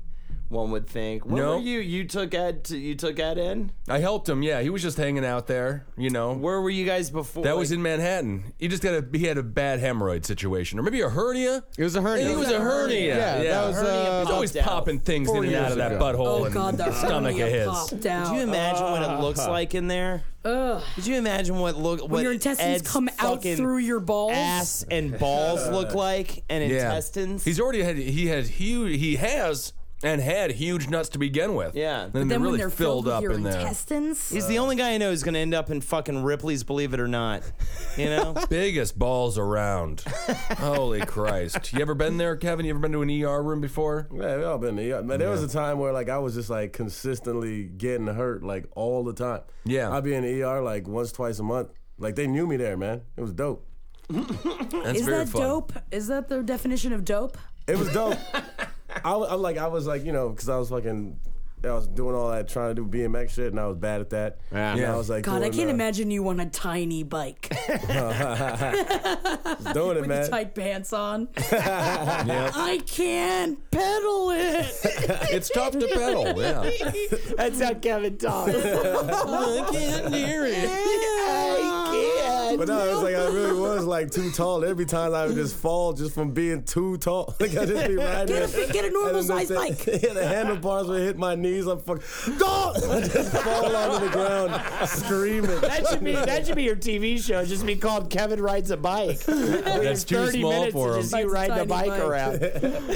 H: One would think. What
G: No.
H: were you? You took Ed. To, you took Ed in.
G: I helped him. Yeah, he was just hanging out there. You know,
H: Where were you guys before?
G: that was in Manhattan. He just got a he had a bad hemorrhoid situation, or maybe a hernia.
A: It was a hernia.
G: I think it was a hernia.
A: Yeah, that was,
H: Hernia
A: uh,
G: He's always
H: popped out.
G: popping things in
A: Four
G: and out
A: years
G: of that
A: ago.
G: butthole
F: Oh
G: and
F: god, the
G: stomach of
F: hernia
G: his.
F: popped out.
H: Could you imagine what it looks like in there? Could you imagine what look what
F: your intestines
H: Ed's
F: come out
H: fucking
F: through your balls?
H: ass and balls look like, and
G: Yeah.
H: intestines?
G: He's already had he has huge he has and had huge nuts to begin with.
H: Yeah.
G: Then,
F: Then
G: they're
F: when
G: really
F: they're
G: filled,
F: filled, with
G: up
F: your
G: in there.
F: intestines,
H: He's the
G: uh,
H: only guy I know who's going to end up in fucking Ripley's Believe It or Not. You know?
G: Biggest balls around. Holy Christ. You ever been there, Kevin? You ever been to an ER room before?
I: Man, we all been there. Yeah, Man, there was a time where like I was just like consistently getting hurt like all the time.
G: Yeah.
I: I'd be in the ER like once, twice a month. Like they knew me there, man. It was dope.
G: That's
F: is
G: very
F: that
G: fun.
F: dope? Is that the definition of dope?
I: It was dope. I, was- I'm like I was like you know because I was fucking. I was doing all that trying to do BMX shit and I was bad at that.
A: Yeah.
I: And
G: Yeah.
I: I was like,
F: God, I
I: doing,
F: can't
I: uh,
F: imagine you on a tiny bike
I: doing it,
F: with the
I: man.
F: tight pants on. I can't pedal it.
G: It's tough to pedal. Yeah.
H: That's how Kevin talks. I can't hear it. I
F: God.
G: But no, it was like I really was like too tall. Every time I would just fall just from being too tall. Like I just be riding.
F: Get a-
G: there.
F: get a
G: And
F: normal
G: then
F: size
G: the-
F: bike.
G: Yeah, the handlebars would hit my knees. I'm fucking. Dog! I just fall onto the ground screaming.
H: That should be that should be your TV show. Just be called Kevin rides a bike.
J: That's too small
H: minutes
J: for
H: of
J: him.
H: just you riding a
F: Tiny
H: bike,
F: bike.
H: around.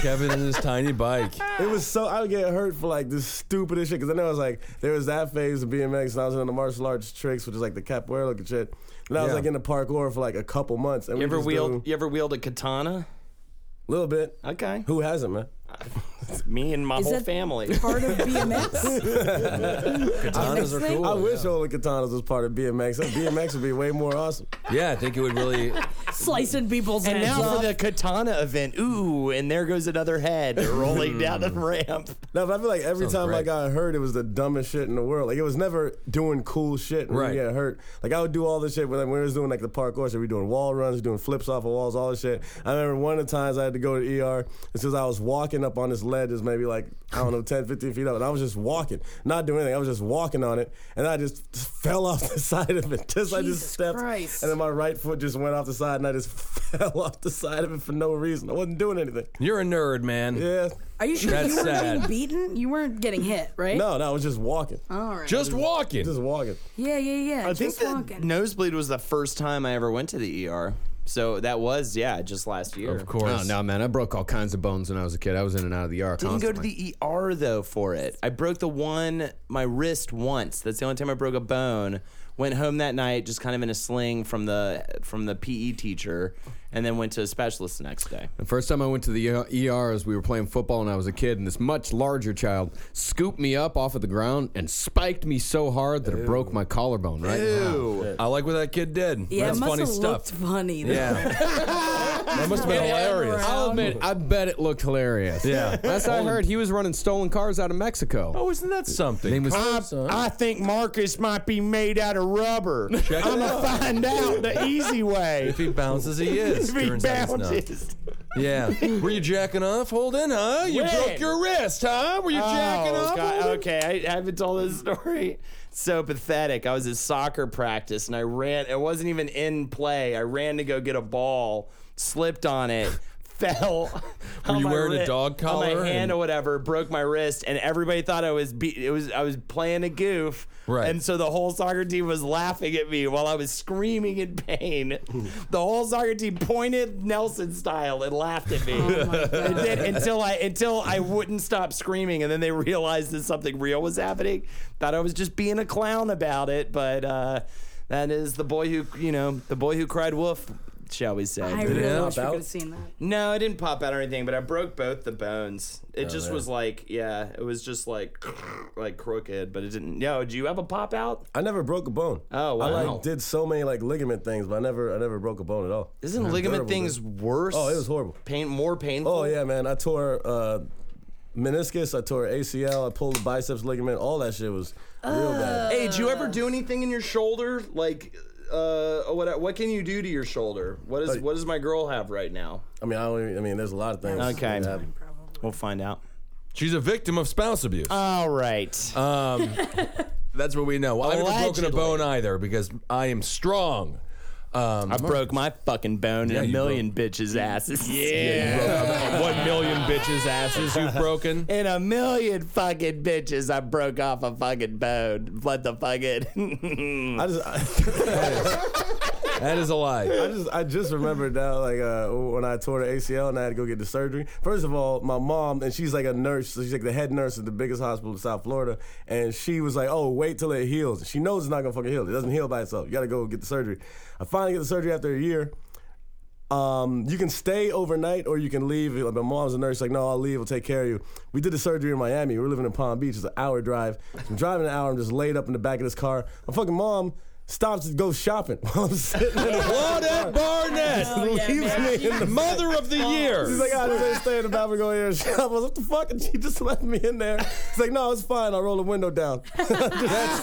J: Kevin and his tiny bike.
G: It was so I would get hurt for like the stupidest shit because I know it was like there was that phase of BMX and I was in the martial arts tricks, which is like the capoeira looking shit. And I was
J: Yeah.
G: like in the parkour for like a couple months. And
H: You
G: we
H: ever
G: just
H: wheeled?
G: do
H: You ever wheeled a
G: a
H: katana?
G: little bit.
H: Okay.
G: Who hasn't, man?
H: Me and my
F: Is
H: whole
F: that
H: family.
F: part of BMX.
J: Katanas are
F: thing?
J: cool.
G: I wish all the katanas was part of BMX. That BMX would be way more awesome.
J: Yeah, I think it would really.
F: Slicing people's
H: And
F: heads
H: now
F: off.
H: for the katana event. Ooh, and there goes another head rolling down the ramp.
G: No, but I feel like every
J: Sounds
G: time I
J: great.
G: got hurt, it was the dumbest shit in the world. Like it was never doing cool shit when
J: Right.
G: you get hurt. Like I would do all this shit when, like, when I was doing like the parkour shit. We doing wall runs, doing flips off of walls, all this shit. I remember one of the times I had to go to the ER. It's because I was walking up on this ledge, is maybe like I don't know, 10, 15 feet up, and I was just walking, not doing anything. I was just walking on it, and I just fell off the side of it. Just I just
F: Jesus
G: stepped,
F: Christ.
G: and then my right foot just went off the side, and I just fell off the side of it for no reason. I wasn't doing anything.
J: You're a nerd, man.
G: Yeah.
F: Are you sure
J: That's
F: you weren't
J: sad.
F: being beaten? You weren't getting hit, right?
G: No, no, I was just walking.
F: All right.
J: Just walking.
G: Just walking.
F: yeah, yeah, yeah.
H: I think
F: just
H: the
F: walking.
H: nosebleed was the first time I ever went to the ER. So that was yeah, just last year.
J: of course.
A: Oh no, man! I broke all kinds of bones when I was a kid. I was in and out of the ER.
H: Didn't go to
A: constantly.
H: the ER though for it. I broke the one my wrist once. That's the only time I broke a bone. Went home that night just kind of in a sling from the from the PE teacher, and then went to a specialist the next day.
A: The first time I went to the ER is we were playing football and I was a kid, and this much larger child scooped me up off of the ground and spiked me so hard that it broke my collarbone. Right?
J: I like what that kid did.
F: Yeah,
J: That's
F: it must
J: funny
F: have
J: stuff.
F: looked funny. though.
J: Yeah. that must have been hilarious.
F: Around.
A: I'll admit, I bet it looked hilarious.
J: Yeah.
A: Last I heard, he was running stolen cars out of Mexico.
J: Oh, isn't that something?
A: Name was-
H: I think Marcus might be made out of rubber.
J: it
H: I'ma find out the easy way.
J: if he bounces, he is.
H: If he
J: Turns out he's not.
H: bounces.
J: Yeah. Were you jacking off, Holden? Huh? You
H: When?
J: broke your wrist, huh? Were you jacking
H: Oh,
J: off?
H: God.
J: Holden?
H: Okay, I, I haven't told this story. So pathetic. I was at soccer practice and I ran. It wasn't even in play. I ran to go get a ball, slipped on it. Fell. Were
J: you wearing a dog
H: On
J: collar
H: my hand
J: and-
H: or whatever, broke my wrist, and everybody thought I was be- it was I was playing a goof.
J: Right.
H: And so the whole soccer team was laughing at me while I was screaming in pain. the whole soccer team pointed Nelson style and laughed at
J: Oh
H: me. And then until I until I wouldn't stop screaming, and then they realized that something real was happening. Thought I was just being a clown about it, but uh, that is the boy who you know the boy who cried wolf, shall we say?
F: I really
J: Yeah,
F: wish we
G: about-
F: could have seen that.
H: No, it didn't pop out or anything, but I broke both the bones. It just was like, yeah, it was just like, like crooked, but it didn't. Yo, do you have a pop out?
G: I never broke a bone.
H: Oh,
G: I
H: wow.
G: like did so many like ligament things, but I never I never broke a bone at all.
H: Isn't
G: They're
H: ligament
G: durable,
H: things
G: dude.
H: worse?
G: Oh, it was horrible.
H: Pain more painful.
G: Oh yeah, man. I tore uh, meniscus. I tore ACL. I pulled the biceps ligament. All that shit was real bad.
H: Hey, do you ever do anything in your shoulder? Like, uh, what what can you do to your shoulder? What is what does my girl have right now?
G: I mean, I don't. Even, I mean, there's a lot of things.
H: Okay.
G: that happen.
H: We'll find out.
J: She's a victim of spouse abuse.
G: Uh,
H: All right.
J: Uh-huh. That's what we know. I've never broken a
H: Allegedly.
J: bone either because I am strong. Um,
H: I broke my fucking bone in a
J: you
H: million bitches' asses.
J: yeah. what million bitches' asses you've broken?
H: In a million fucking bitches, I broke off a fucking bone. What the fucking?
G: I just I,
J: That is a
G: I
J: lie.
G: just I just remembered now like uh, when I tore the ACL and I had to go get the surgery. First of all, my mom and she's like a nurse, so she's like the head nurse at the biggest hospital in South Florida, and she was like, "Oh, wait till it heals." She knows it's not gonna fucking heal. It doesn't heal by itself. You gotta go get the surgery. I finally get the surgery after a year. Um, you can stay overnight or you can leave. Like, my mom's a nurse. Like, no, I'll leave. I'll take care of you. We did the surgery in Miami. We are living in Palm Beach. It's an hour drive. So I'm driving an hour. I'm just laid up in the back of this car. My fucking mom stops to go shopping while I'm sitting in the
J: Claudette Barnett,
G: leaves me in the
J: mother of the
H: Oh,
J: year.
G: She's like, I just ain't staying in the bathroom going in there and shop. I was like, what the fuck? And she just left me in there. She's like, no, it's fine. I'll roll the window down.
J: That's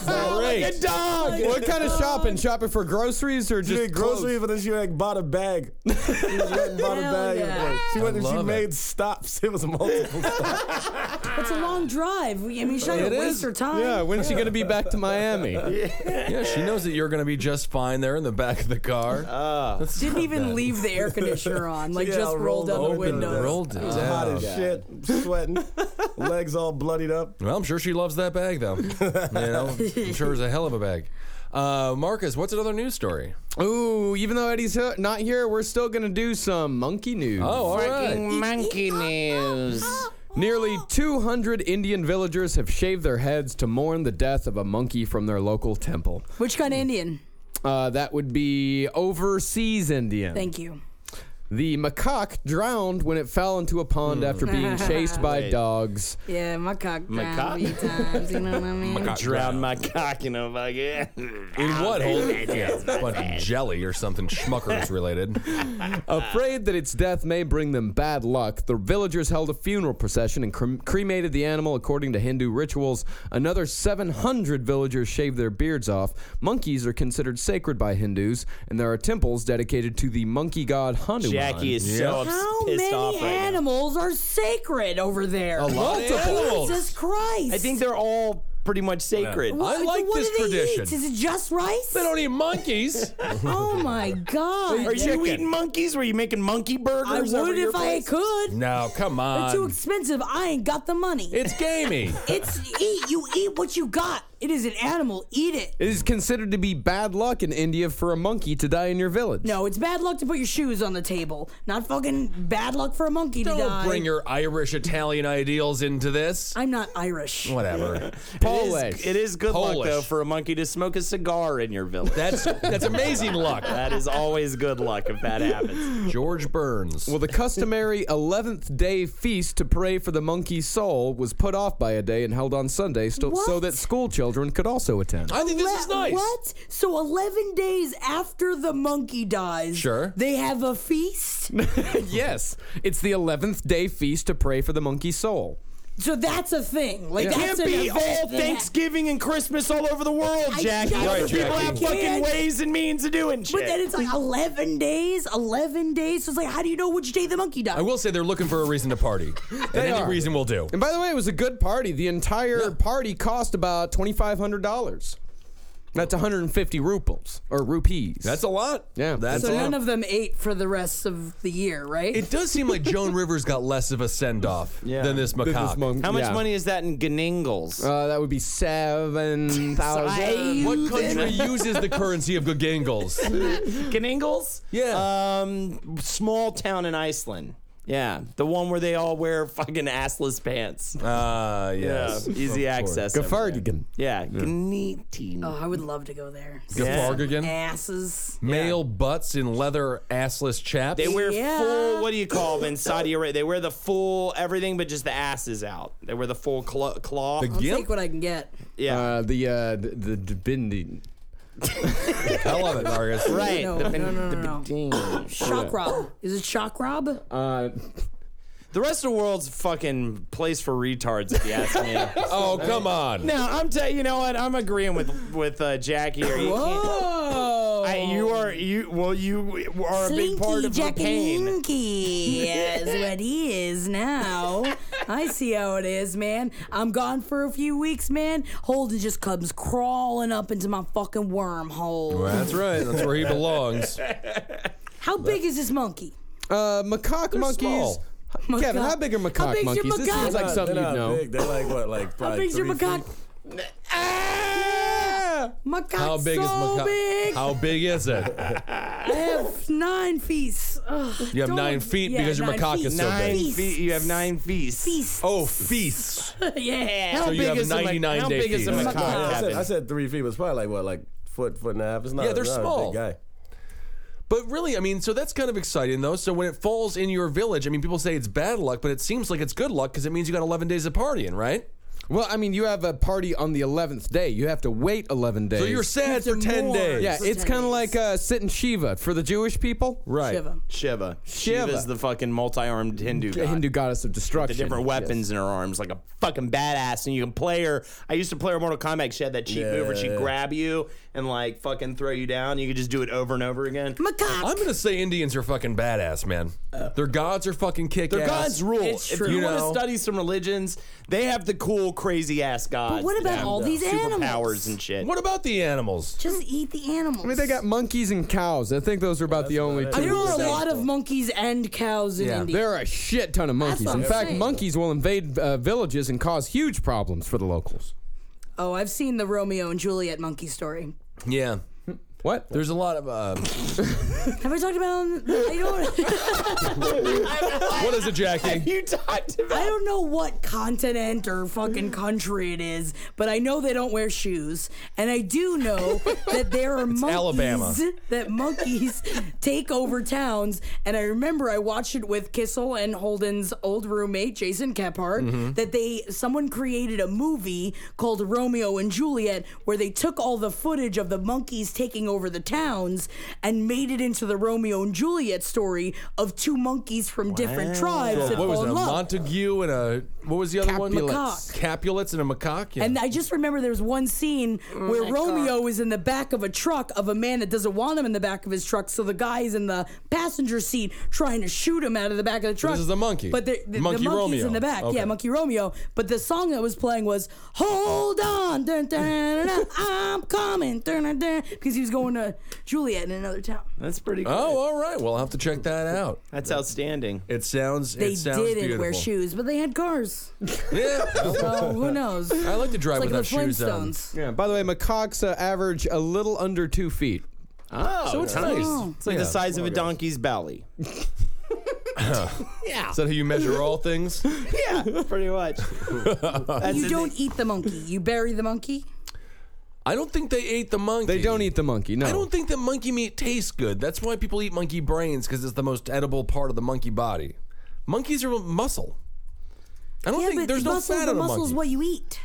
J: great.
H: dog.
A: What kind of shopping? Shopping for groceries or
G: She
A: just
G: did groceries, but then she like bought a bag. she just went and bought a
F: Hell
G: bag.
F: yeah.
G: Like, she went and she
J: love it.
G: made stops. It was multiple stops.
F: It's a long drive. We- I mean, she's not
J: It
F: gonna
J: is.
F: waste her time.
A: Yeah, when's she gonna be back to Miami?
J: Yeah, she knows that
G: you're going to be just fine there in the back of the car.
F: Didn't even leave the air conditioner on. Like
I: Yeah,
F: just
I: I'll roll
F: rolled down the
I: open
G: Open
F: window.
G: the rolled
I: It was hot as shit, sweating, legs all bloodied up.
G: Well, I'm sure she loves that bag, though. you know, I'm sure it's a hell of a bag. Uh, Marcus, what's another news story?
A: Ooh, even though Eddie's he- not here, we're still gonna do some monkey news.
G: Oh, all right.
H: Monkey news.
A: Nearly 200 Indian villagers have shaved their heads to mourn the death of a monkey from their local temple.
F: Which kind of Indian?
A: Uh, that would be overseas Indian.
F: Thank you.
A: The macaque drowned when it fell into a pond after being chased by dogs.
F: Yeah, my cock
H: My
F: drowned
H: cock?
F: three times. You know what I mean?
H: Drown my cock in a bucket.
G: In what hole? Yeah, a bunch of jelly or something schmuckers related.
H: Ah.
A: Afraid that its death may bring them bad luck, the villagers held a funeral procession and crem- cremated the animal according to Hindu rituals. Another 700 villagers shaved their beards off. Monkeys are considered sacred by Hindus, and there are temples dedicated to the monkey god Hanuman.
H: Jackie is so ups-
F: How
H: pissed
F: many
H: off right now.
F: animals are sacred over there?
G: lot of animals.
F: Jesus Christ!
H: I think they're all pretty much sacred.
G: I like
F: what
G: this
F: do they
G: tradition.
F: Eat? Is it just rice?
G: They don't eat monkeys.
F: oh my god!
H: Are you
G: Chicken.
H: eating monkeys? Were you making monkey
F: I
H: burgers? over
F: would
H: your
F: if I
H: place?
F: could.
G: no, come
F: They're too
G: on.
F: expensive. I ain't got the money.
G: It's gamey.
F: it's eat. You eat what you got. It is an animal. Eat it.
A: It is considered to be bad luck in India for a monkey to die in your village.
F: No, it's bad luck to put your shoes on the table. Not fucking bad luck for a monkey to
G: Don't
F: die.
G: bring your Irish Italian ideals into this.
F: I'm not Irish.
G: Whatever.
H: It is-
A: Polish.
H: It is good luck
G: Polish.
H: though for a monkey to smoke a cigar in your village.
G: That's that's amazing luck.
H: that is always good luck if that happens.
G: George Burns.
A: Well, the customary 11th day feast to pray for the monkey's soul was put off by a day and held on Sunday sto- so
F: What?
A: that school children could also attend.
G: I think this is
F: Le-
G: nice.
F: What? So 11 days after the monkey dies,
G: Sure.
F: they have a feast?
A: yes, it's the 11th day feast to pray for the monkey's soul.
F: so that's a thing. Like, that's
H: Can't
F: an
H: be
F: event
H: all
F: that-
H: Thanksgiving and Christmas all over the world,
F: I
H: Jackie.
F: just
H: Other
G: Right,
H: people
G: Jackie.
H: have
F: can't.
H: fucking ways and means of doing shit.
F: But then it's like 11 days, 11 days. So it's like, how do you know which day the monkey died?
G: I will say they're looking for a reason to party. And any
A: are.
G: reason will do.
A: And by the way, it was a good party. The entire
G: Yeah.
A: party cost about $2,500. That's 150 ruples or rupees.
G: That's a lot.
A: Yeah.
G: That's
A: So
G: a lot.
F: of them ate for the rest of the year, right?
G: It does seem like Joan Rivers got less of a send off than this
A: This is
G: macaque.
A: mon-
H: How much
A: yeah.
H: money is that in Gningles?
A: Uh, that would be 7,000.
G: What country uses the currency of Gagangles?
H: Gningles?
G: Yeah.
H: Um, small town in Iceland. Yeah, the one where they all wear fucking assless pants. Uh,
G: Ah, yes.
H: Easy access.
A: Gafardigan.
H: Yeah, Gniti.
F: oh, I would love to go there.
G: Gafardigan.
F: Asses.
G: Male butts in leather assless chaps.
H: They wear
F: Yeah.
H: full. What do you call them in Saudi Arabia? They wear the full everything, but just the ass is out. They wear the full clo- cloth.
G: the
F: I'll
G: gimp.
F: take what I can get.
H: yeah,
A: Uh, the, uh, the, the, the bindi.
G: I love it, Marcus.
H: right.
F: No,
H: the,
F: no, no, no, no.
H: no.
F: Shock Rob. Is it Shock Rob?
A: Uh,
H: the rest of the world's a fucking place for retards. If you ask me.
G: Oh, come on.
H: no, I'm telling you know what? I'm agreeing with with uh, Jackie. Here. You, can't-
F: Oh.
H: I, you are you. Well, you are a
F: Slinky
H: big part of the
F: Jack
H: pain.
F: Linky is what he is now. I see how it is, man. I'm gone for a few weeks, man. Holden just comes crawling up into my fucking wormhole.
G: Well, that's right. That's where he belongs.
F: How big is this monkey?
A: uh, macaque monkeys.
G: small.
A: Kevin, how big are macaque
F: How big's your
A: monkeys? This
F: macaque?
A: seems like
I: They're
A: something
I: not
A: you'd know.
I: Big. They're like what, like
F: How
I: probably
F: big's your
I: three feet?
F: macaque? Macaque
G: How big
F: so
G: is macaque?
F: big.
G: How big is it?
F: I have nine feet. Ugh,
G: You have
F: don't-
G: nine feet
F: yeah,
G: because your
F: nine
G: macaque
F: feet.
G: is so
H: Nine
G: big.
F: Feast.
H: feet. You have nine feasts.
F: Feast.
G: Oh, feasts.
F: Yeah.
H: How
G: So you
H: big
G: have
H: is a ma-
G: 99
H: How
G: day
H: big is a
G: feast.
H: macaque?
I: Yeah, I, said,
H: Kevin?
I: I said three feet, but it's probably like what, like foot, foot and a half. It's not.
G: Yeah, they're
I: not
G: small.
I: A big guy.
G: But really, I mean, so that's kind of exciting, though. So when it falls in your village, I mean, people say it's bad luck, but it seems like it's good luck because it means you got 11 days of partying, right?
A: Well, I mean, you have a party on the 11th day. You have to wait 11 days.
G: So you're sad
F: You
G: for
F: have to
G: 10
F: mourn.
G: days.
A: yeah,
F: for
A: it's
F: 10
A: kind of like
F: days.
A: uh, sitting Shiva for the Jewish people.
G: Right.
F: Shiva.
H: Shiva.
A: Shiva.
H: Shiva's the fucking multi-armed Hindu
A: The
H: god.
A: Hindu goddess of
H: The
A: destruction.
H: different weapons
A: Yes.
H: in her arms, like a fucking badass, and you can play her. I used to play her Mortal Kombat. She had that cheap
I: Yeah,
H: move where
I: yeah,
H: she'd
I: yeah.
H: grab you and like fucking throw you down. You could just do it over and over again.
F: Macaque.
G: I'm going to say Indians are fucking badass, man. Their gods are fucking kick
H: Their gods rule.
F: It's
H: if
F: true.
H: you
F: You
H: want
G: know.
H: to study some religions, they have the cool crazy ass gods.
F: But what
H: that
F: about
H: have
F: all these animals?
H: superpowers and shit?
G: What about the animals?
F: Just eat the animals.
A: I mean, they got monkeys and cows. I think those are about the only two.
F: There are a lot of monkeys and cows in India.
A: There are a shit ton of monkeys.
F: what
A: In
F: I'm
A: fact,
F: saying.
A: monkeys will invade uh, villages and cause huge problems for the locals.
F: oh, I've seen the Romeo and Juliet monkey story.
G: Yeah.
A: What?
G: There's a lot of. Uh,
F: Have I talked about? I don't.
G: what is it, Jackie?
H: you talked about?
F: I don't know what continent or fucking country it is, but I know they don't wear shoes, and I do know that there are monkeys
G: Alabama.
F: that monkeys take over towns. And I remember I watched it with Kissel and Holden's old roommate Jason Kephart
G: Mm-hmm.
F: that they someone created a movie called Romeo and Juliet where they took all the footage of the monkeys taking over the towns and made it into the Romeo and Juliet story of two monkeys from different tribes that
G: What was
F: fall
G: it?
F: in
G: A
F: love.
G: Montague and a. What was the other one?
A: Capulets.
F: Macaque.
G: Capulets and a macaque. Yeah.
F: And I just remember there was one scene where Romeo is in the back of a truck of a man that doesn't want him in the back of his truck. So the guy is in the passenger seat trying to shoot him out of the back of the truck.
G: is the monkey.
F: But the, the,
G: Monkey
F: the monkey's
G: Romeo.
F: in the back.
G: Okay.
F: Yeah, Monkey Romeo. But the song that was playing was Hold On, dun, dun, dun, dun, I'm coming, dun, dun, dun, because he was going to Juliet in another town.
H: That's pretty. Good.
G: oh, all right. Well, I'll have to check that out.
H: that's outstanding.
G: It sounds.
F: They
G: it sounds
F: didn't
G: beautiful.
F: wear shoes, but they had cars.
G: Yeah. well,
F: So who knows?
G: I like to drive
F: like the
G: without shoes on.
F: Flintstones.
A: Yeah. By the way, macaques uh, average a little under two feet.
H: Oh, so it's
G: nice.
H: It's
F: Oh.
H: like
G: Yeah.
H: the size of a donkey's belly.
G: Is that how you measure all things?
H: yeah, pretty much. That's
F: You
H: it.
F: don't eat the monkey. You bury the monkey.
G: I don't think they ate the monkey.
A: They don't eat the monkey. No.
G: I don't think that monkey meat tastes good. That's why people eat monkey brains because it's the most edible part of the monkey body. Monkeys are muscle. I don't think there's no
F: muscle-
G: fat
F: the
G: on a
F: muscle
G: monkey.
F: is what you eat.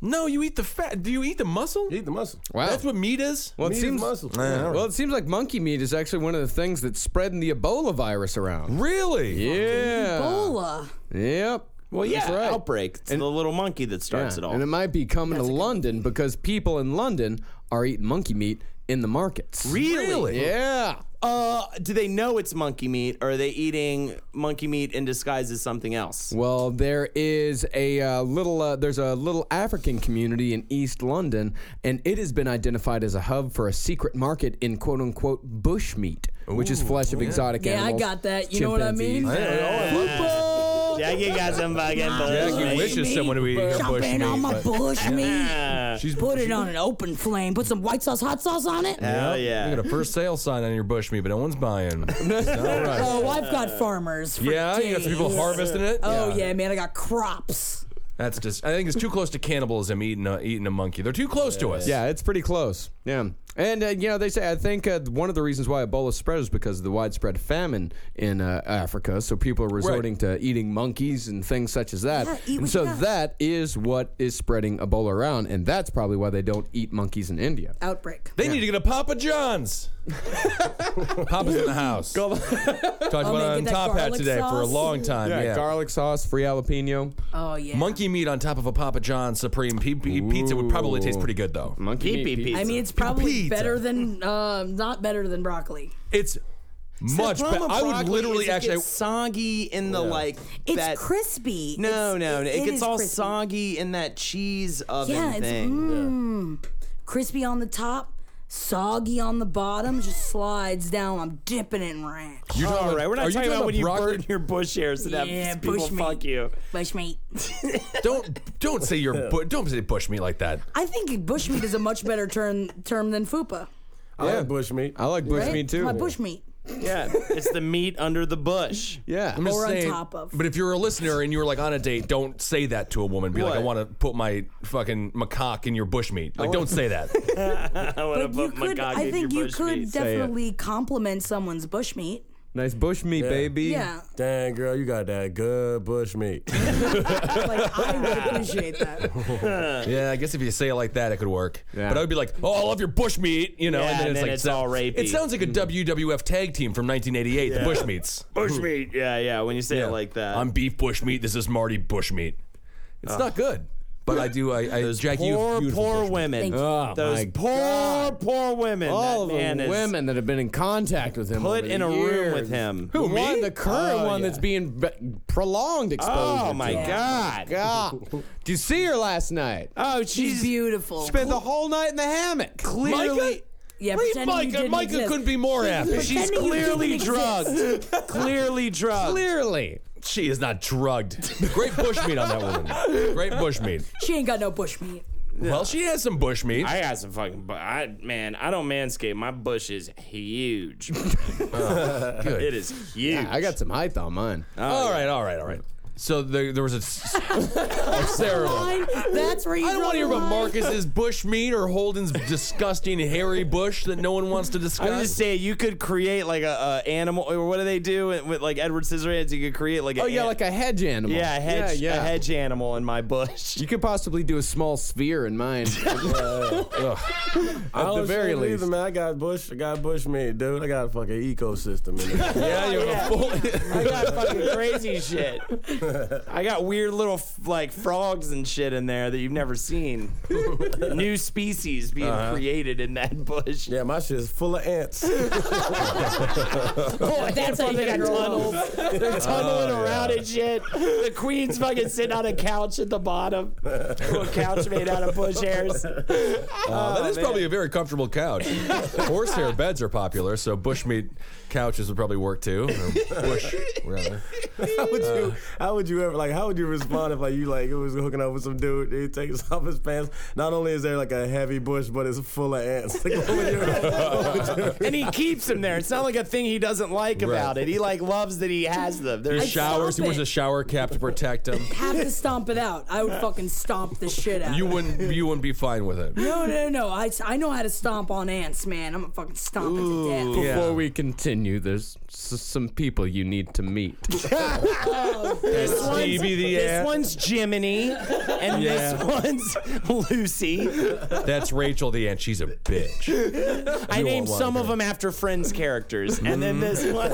G: no, you eat the fat. Do you eat the muscle?
I: Eat the muscle.
A: Wow.
G: That's what meat is.
A: Well, it
I: Meat is
A: seems.
I: muscle.
G: Yeah, all right.
A: Well, it seems like monkey meat is actually one of the things that's spreading the Ebola virus around.
G: Really?
A: Yeah.
G: Uh,
F: Ebola.
A: Yep.
H: Well, yeah,
A: That's right.
H: outbreak. It's the little monkey that starts it all.
A: And it might be coming to London because people in London are eating monkey meat in the markets.
H: really?
A: Yeah.
H: Uh, do they know it's monkey meat, or are they eating monkey meat in disguise as something else?
A: Well, there is a uh, little uh, there's a little African community in East London, and it has been identified as a hub for a secret market in quote unquote bushmeat, which is flesh of exotic
F: Yeah, I
A: animals.
F: got that. You know what I mean?
A: chimpanzees.
H: Jackie got some fucking
G: Jackie wishes someone would eat her
F: Jump
G: bush
F: in on my
G: meat. but-
F: bush meat.
G: She's
F: Put it on an open flame. Put some white sauce, hot sauce on it.
H: Hell yeah.
G: You got a first sale sign on your bush meat, but no one's buying.
F: Oh, I've got farmers. For
G: yeah, you got some people
F: days.
G: harvesting it.
F: Oh yeah. man, I got crops.
G: That's just. I think it's too close to cannibalism eating a, eating a monkey. They're too close to us.
A: Yeah, it's pretty close. Yeah. And, uh, you know, they say, I think uh, one of the reasons why Ebola spread is because of the widespread famine in uh, Africa. So people are resorting to eating monkeys and things such as that.
F: Yeah, eat
A: and
F: what
A: so
F: you got.
A: that is what is spreading Ebola around. And that's probably why they don't eat monkeys in India.
F: Outbreak.
G: They need to get a Papa John's. Papa's in the house. Talked about
F: man,
G: it
F: get
G: on
F: that
G: Top Hat
F: garlic
G: today for a
F: sauce.
G: long time. Yeah,
A: garlic sauce, free jalapeno.
F: Oh yeah.
G: Monkey meat on top of a Papa John's Supreme pe- pe- pizza would probably taste pretty good, though.
A: Monkey
H: Pee pee pizza.
F: I mean, it's probably
G: Pizza.
F: better than uh, not better than broccoli.
G: It's much
H: The problem
G: better.
H: with
G: I would
H: broccoli is
G: literally
H: it
G: actually.
H: gets soggy in the like.
F: It's
H: that,
F: crispy.
H: No,
F: It's-
H: no, no. It,
F: is
H: gets all
F: crispy.
H: soggy in that cheese oven
F: Yeah, it's
H: thing.
F: mm, crispy on the top, soggy on the bottom. Just slides down. I'm dipping it in ranch.
G: You're talking
H: all right, we're
G: are
H: not talking about when you
G: broccoli-
H: burn your bush hairs and
F: Yeah,
H: have people
F: bush meat.
H: fuck you.
F: Bushmeat.
G: Don't don't say your bu- don't say bush meat like that.
F: I think bushmeat is a much better term term than fupa.
I: I like bush meat.
A: I like bush
F: Right?
A: meat too.
F: My bushmeat.
H: Yeah, it's the meat under the bush.
A: Yeah.
G: I'm just
F: Or on
G: saying-
F: top of.
G: But if you're a listener and you're like on a date, don't say that to a woman. Be like, I
H: What?
G: want to put my fucking macaque in your bush meat. Like, don't say that.
H: I want to
F: But you
H: put
F: could.
H: macaque
F: I
H: in
F: think
H: your
F: you
H: bush
F: could
H: meat.
F: definitely compliment someone's bushmeat.
A: Nice bush meat, baby.
F: Yeah,
I: Dang, girl, you got that good bush meat.
F: like I would appreciate that.
G: Yeah, I guess if you say it like that, it could work.
A: Yeah.
G: But I would be like, oh, I love your bush meat, you know,
H: Yeah,
G: and then
H: and
G: it's
H: then
G: like
H: it's
G: so-
H: all rapey.
G: It sounds like a WWF tag team from 1988, the Bushmeats.
H: Bush meat. Yeah, yeah. When you say it like that,
G: I'm Beef Bushmeat. This is Marty Bushmeat. It's not good. But I do. I, I
H: Those
G: Jackie, you have
H: poor,
G: beautiful
H: poor
G: push-
H: women.
F: Thank you.
A: Oh,
H: Those
A: my
H: poor, poor women.
A: all of
H: that man
A: the
H: is
A: women that have been in contact with him.
H: put
A: over the
H: in a room
A: years.
H: with him.
A: Who
G: me?
A: One, the current
H: Oh,
A: one
H: yeah.
A: that's being b- prolonged exposure.
H: Oh
A: to.
H: my God.
A: God! Did you see her last night?
H: Oh,
F: She's
H: she's
F: beautiful.
A: Spent the whole night in the hammock.
G: Micah?
F: Yeah,
G: Leave
F: pretending you
G: Micah.
F: didn't
G: Micah
F: exist.
G: couldn't be more happy.
F: Pretending
G: She's
F: you didn't
G: clearly
F: exist.
G: drugged.
H: clearly drugged.
A: Clearly.
G: She is not drugged. Great bushmeat on that woman. Great bushmeat.
F: She ain't got no bush meat.
G: Well, she has some bushmeat.
H: I got some fucking. Bu- I man, I don't manscape. My bush is huge. It is huge.
A: Ah,
H: Oh,
A: I got some height on mine.
G: all right, all right, all right. So there, there was a, s- a ceremony.
F: Fine, That's where you
G: I don't
F: draw
G: want to hear
F: the
G: about
F: line.
G: Marcus's bush meat or Holden's disgusting hairy bush that no one wants to discuss.
H: I'm just saying, you could create like a, a animal, or what do they do with like Edward Scissorhands? You could create like a
A: Oh yeah,
H: an-
A: like a hedge animal.
H: yeah, a hedge,
A: Yeah, yeah.
H: a hedge animal in my bush.
A: You could possibly do a small sphere in mine.
K: I
A: At the
K: don't
A: very
K: shave
A: least.
K: either, man. I got bush. I got bush meat, dude. I got a fucking ecosystem in there.
G: yeah, you have a full.
H: I got fucking crazy shit. I got weird little f- like frogs and shit in there that you've never seen. New species being created in that bush.
K: yeah, my shit's full of ants.
H: Oh,
F: that's how you
H: they
F: get
H: got
F: girls.
H: tunnels. They're tunneling around and shit. The queen's fucking sitting on a couch at the bottom. A couch made out of bush hairs.
G: Uh,
K: Oh,
G: that is
H: man.
G: probably a very comfortable couch. Horsehair beds are popular, so bushmeat couches would probably work too. Or bush, rather.
K: How would you? How would you ever like? How would you respond if like you like it was hooking up with some dude? He takes off his pants. Not only is there like a heavy bush, but it's full of ants. Like, what would you- what would you-
H: And he keeps them there. It's not like a thing he doesn't like about it. He like loves that he has them. There's
F: I'd
G: Showers. He
F: stop
G: wears
F: it.
G: a shower cap to protect him.
F: Have to stomp it out. I would fucking stomp the shit out.
G: You
F: of it.
G: wouldn't. You wouldn't be fine with it.
F: No, no, no. I, I know how to stomp on ants, man. I'm gonna fucking stomp it to death.
A: Before we continue, there's s- some people you need to meet.
H: this one's,
G: Stevie the
H: this
G: ant.
H: one's Jiminy, and this one's Lucy.
G: That's Rachel the ant. She's a bitch.
H: I named
G: one,
H: some of
G: girl.
H: them after Friends characters, and then this one.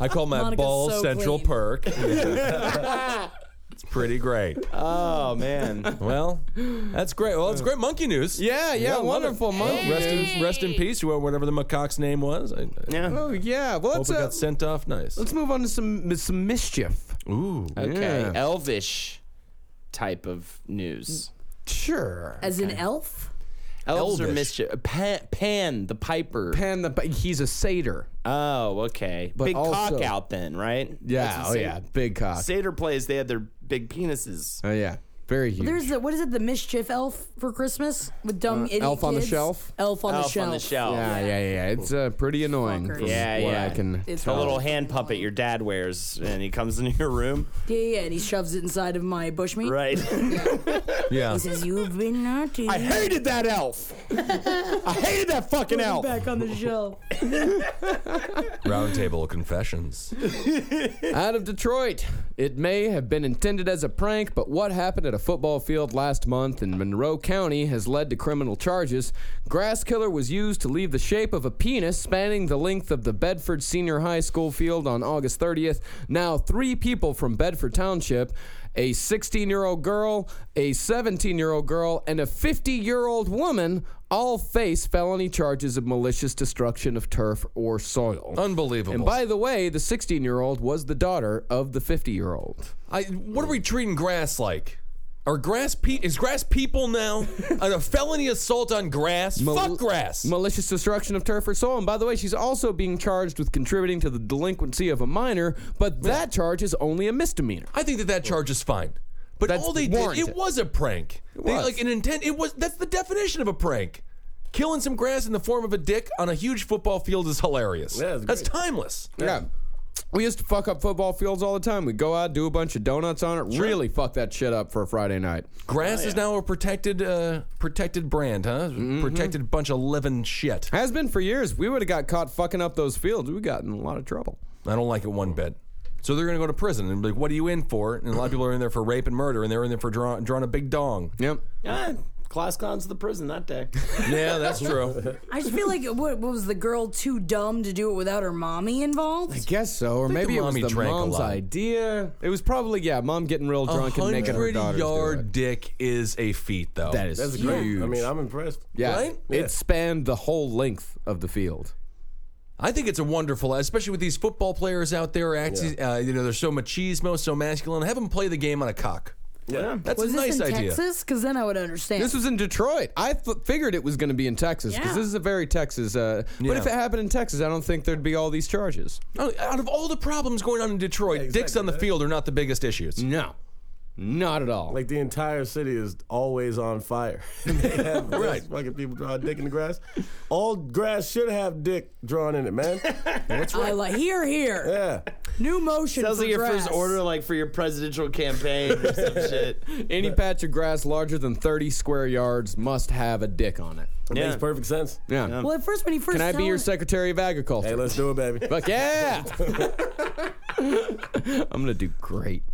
G: I call my
F: Monica's
G: ball
F: so
G: Central
F: clean.
G: Perk. it's pretty great.
H: Oh man,
G: Well, that's great. Well, it's great monkey news.
A: Yeah, yeah,
G: love it.
A: wonderful monkey.
G: Rest in, rest in peace, wh- whatever the macaque's name was. I, I
H: yeah.
A: Oh yeah. Well,
G: hope
A: let's
G: it
A: uh,
G: got sent off nice.
A: let's move on to some some mischief. Uh,
G: Ooh.
H: Okay,
A: Yeah.
H: elvish type of news.
A: Sure.
F: As an elf?
H: Elves are
A: Elvish.
H: mischief. Pan, Pan the Piper.
A: Pan the but he's a satyr.
H: Oh, okay. big
A: also-
H: cock out then, right? That's
A: Yeah.
H: what
A: Oh
H: Sat-
A: yeah. Big cock.
H: Satyr plays. They had their big penises.
A: Oh yeah. Very huge.
F: There's the, what is it, the mischief elf for Christmas? With dumb idiot
A: Uh, Elf on the
F: kids?
A: Shelf?
F: Elf on the
H: Elf
F: shelf.
H: on the shelf.
A: oh, yeah, yeah, yeah, yeah. It's uh, pretty annoying.
F: Fuckers.
A: From
H: Yeah,
A: what
H: yeah.
A: I can
F: It's
A: tell.
H: A little hand puppet your dad wears, and he comes into your room.
F: Yeah, yeah, and he shoves it inside of my bushmeat.
H: Right.
G: Yeah.
F: He says, You've been naughty.
H: I hated that elf. I hated that fucking
F: Put it
H: elf.
F: back on the shelf.
G: Roundtable confessions.
A: Out of Detroit. It may have been intended as a prank, but what happened at a football field last month in Monroe County has led to criminal charges. Grass killer was used to leave the shape of a penis spanning the length of the Bedford Senior High School field on August 30th. Now, three people from Bedford Township a 16 year old girl, a 17 year old girl, and a 50 year old woman all face felony charges of malicious destruction of turf or soil.
G: Unbelievable.
A: And by the way, the 16 year old was the daughter of the 50 year old.
G: I, what are we treating grass like? Are grass pe- is grass people now? An- a felony assault on grass? Fuck grass.
A: Malicious destruction of turf or soil. And by the way, she's also being charged with contributing to the delinquency of a minor, but that charge is only a misdemeanor.
G: I think that that charge is fine. But
A: That's
G: all they
A: warranted.
G: did, it was a prank. They-
A: was.
G: like an intent. It was. That's the definition of a prank. Killing some grass in the form of a dick on a huge football field is hilarious.
K: Yeah, it's
G: that's
K: great.
G: timeless.
A: Yeah. We used to fuck up football fields all the time. We'd go out, do a bunch of donuts on it, really fuck that shit up for a Friday night.
G: Grass
A: Oh,
G: is now a protected, uh, protected brand, huh?
A: Mm-hmm.
G: Protected bunch of living shit.
A: Has been for years. We would have got caught fucking up those fields. We got in a lot of trouble.
G: I don't like it one bit. So they're going to go to prison and be like, "What are you in for?" And a lot of people are in there for rape and murder, and they're in there for drawing, drawing a big dong.
A: Yep.
H: Ah,
L: class clowns to the prison that day.
G: Yeah, that's true.
F: I just feel like what, what was the girl too dumb to do it without her mommy involved?
A: I guess so, or maybe
G: the
A: it was
G: mommy
A: the
G: drank a
A: mom's
G: lot.
A: idea. It was probably yeah, mom getting real
G: A
A: drunk and making her
G: hundred
A: daughters do
G: yard
A: it.
G: dick is a feat, though.
A: That is
I: That's
A: huge.
I: great. I mean, I'm impressed.
A: yeah,
G: right?
I: Yeah.
A: it spanned the whole length of the field.
G: I think it's a wonderful, especially with these football players out there. Acting, uh, you know, they're so machismo, so masculine. Have them play the game on a cock.
I: Yeah.
G: That's
F: was
G: a nice
F: this in
G: idea.
F: Texas? Because then I would understand.
A: This was in Detroit. I f- figured it was going to be in Texas because
F: Yeah.
A: this is a very Texas. Uh, But
G: Yeah.
A: if it happened in Texas, I don't think there'd be all these charges.
G: Out Oh, out of all the problems going on in Detroit, dicks on the field are not the biggest issues.
A: No, not at all.
I: Like the entire city is always on fire. they have
G: Right.
I: right. fucking people draw dick in the grass. All grass should have dick drawn in it, man.
F: I like here, here.
I: Yeah.
F: New motion.
L: Sounds
F: for
L: like your
F: dress.
L: first order, like for your presidential campaign or some shit.
A: Any patch of grass larger than 30 square yards must have a dick on it.
I: It
L: Yeah.
I: makes perfect sense.
A: Yeah.
F: Well, at first when he first
A: Can I be
F: tell-
A: your Secretary of Agriculture?
I: Hey, let's do it, baby.
A: Fuck yeah! I'm gonna do great.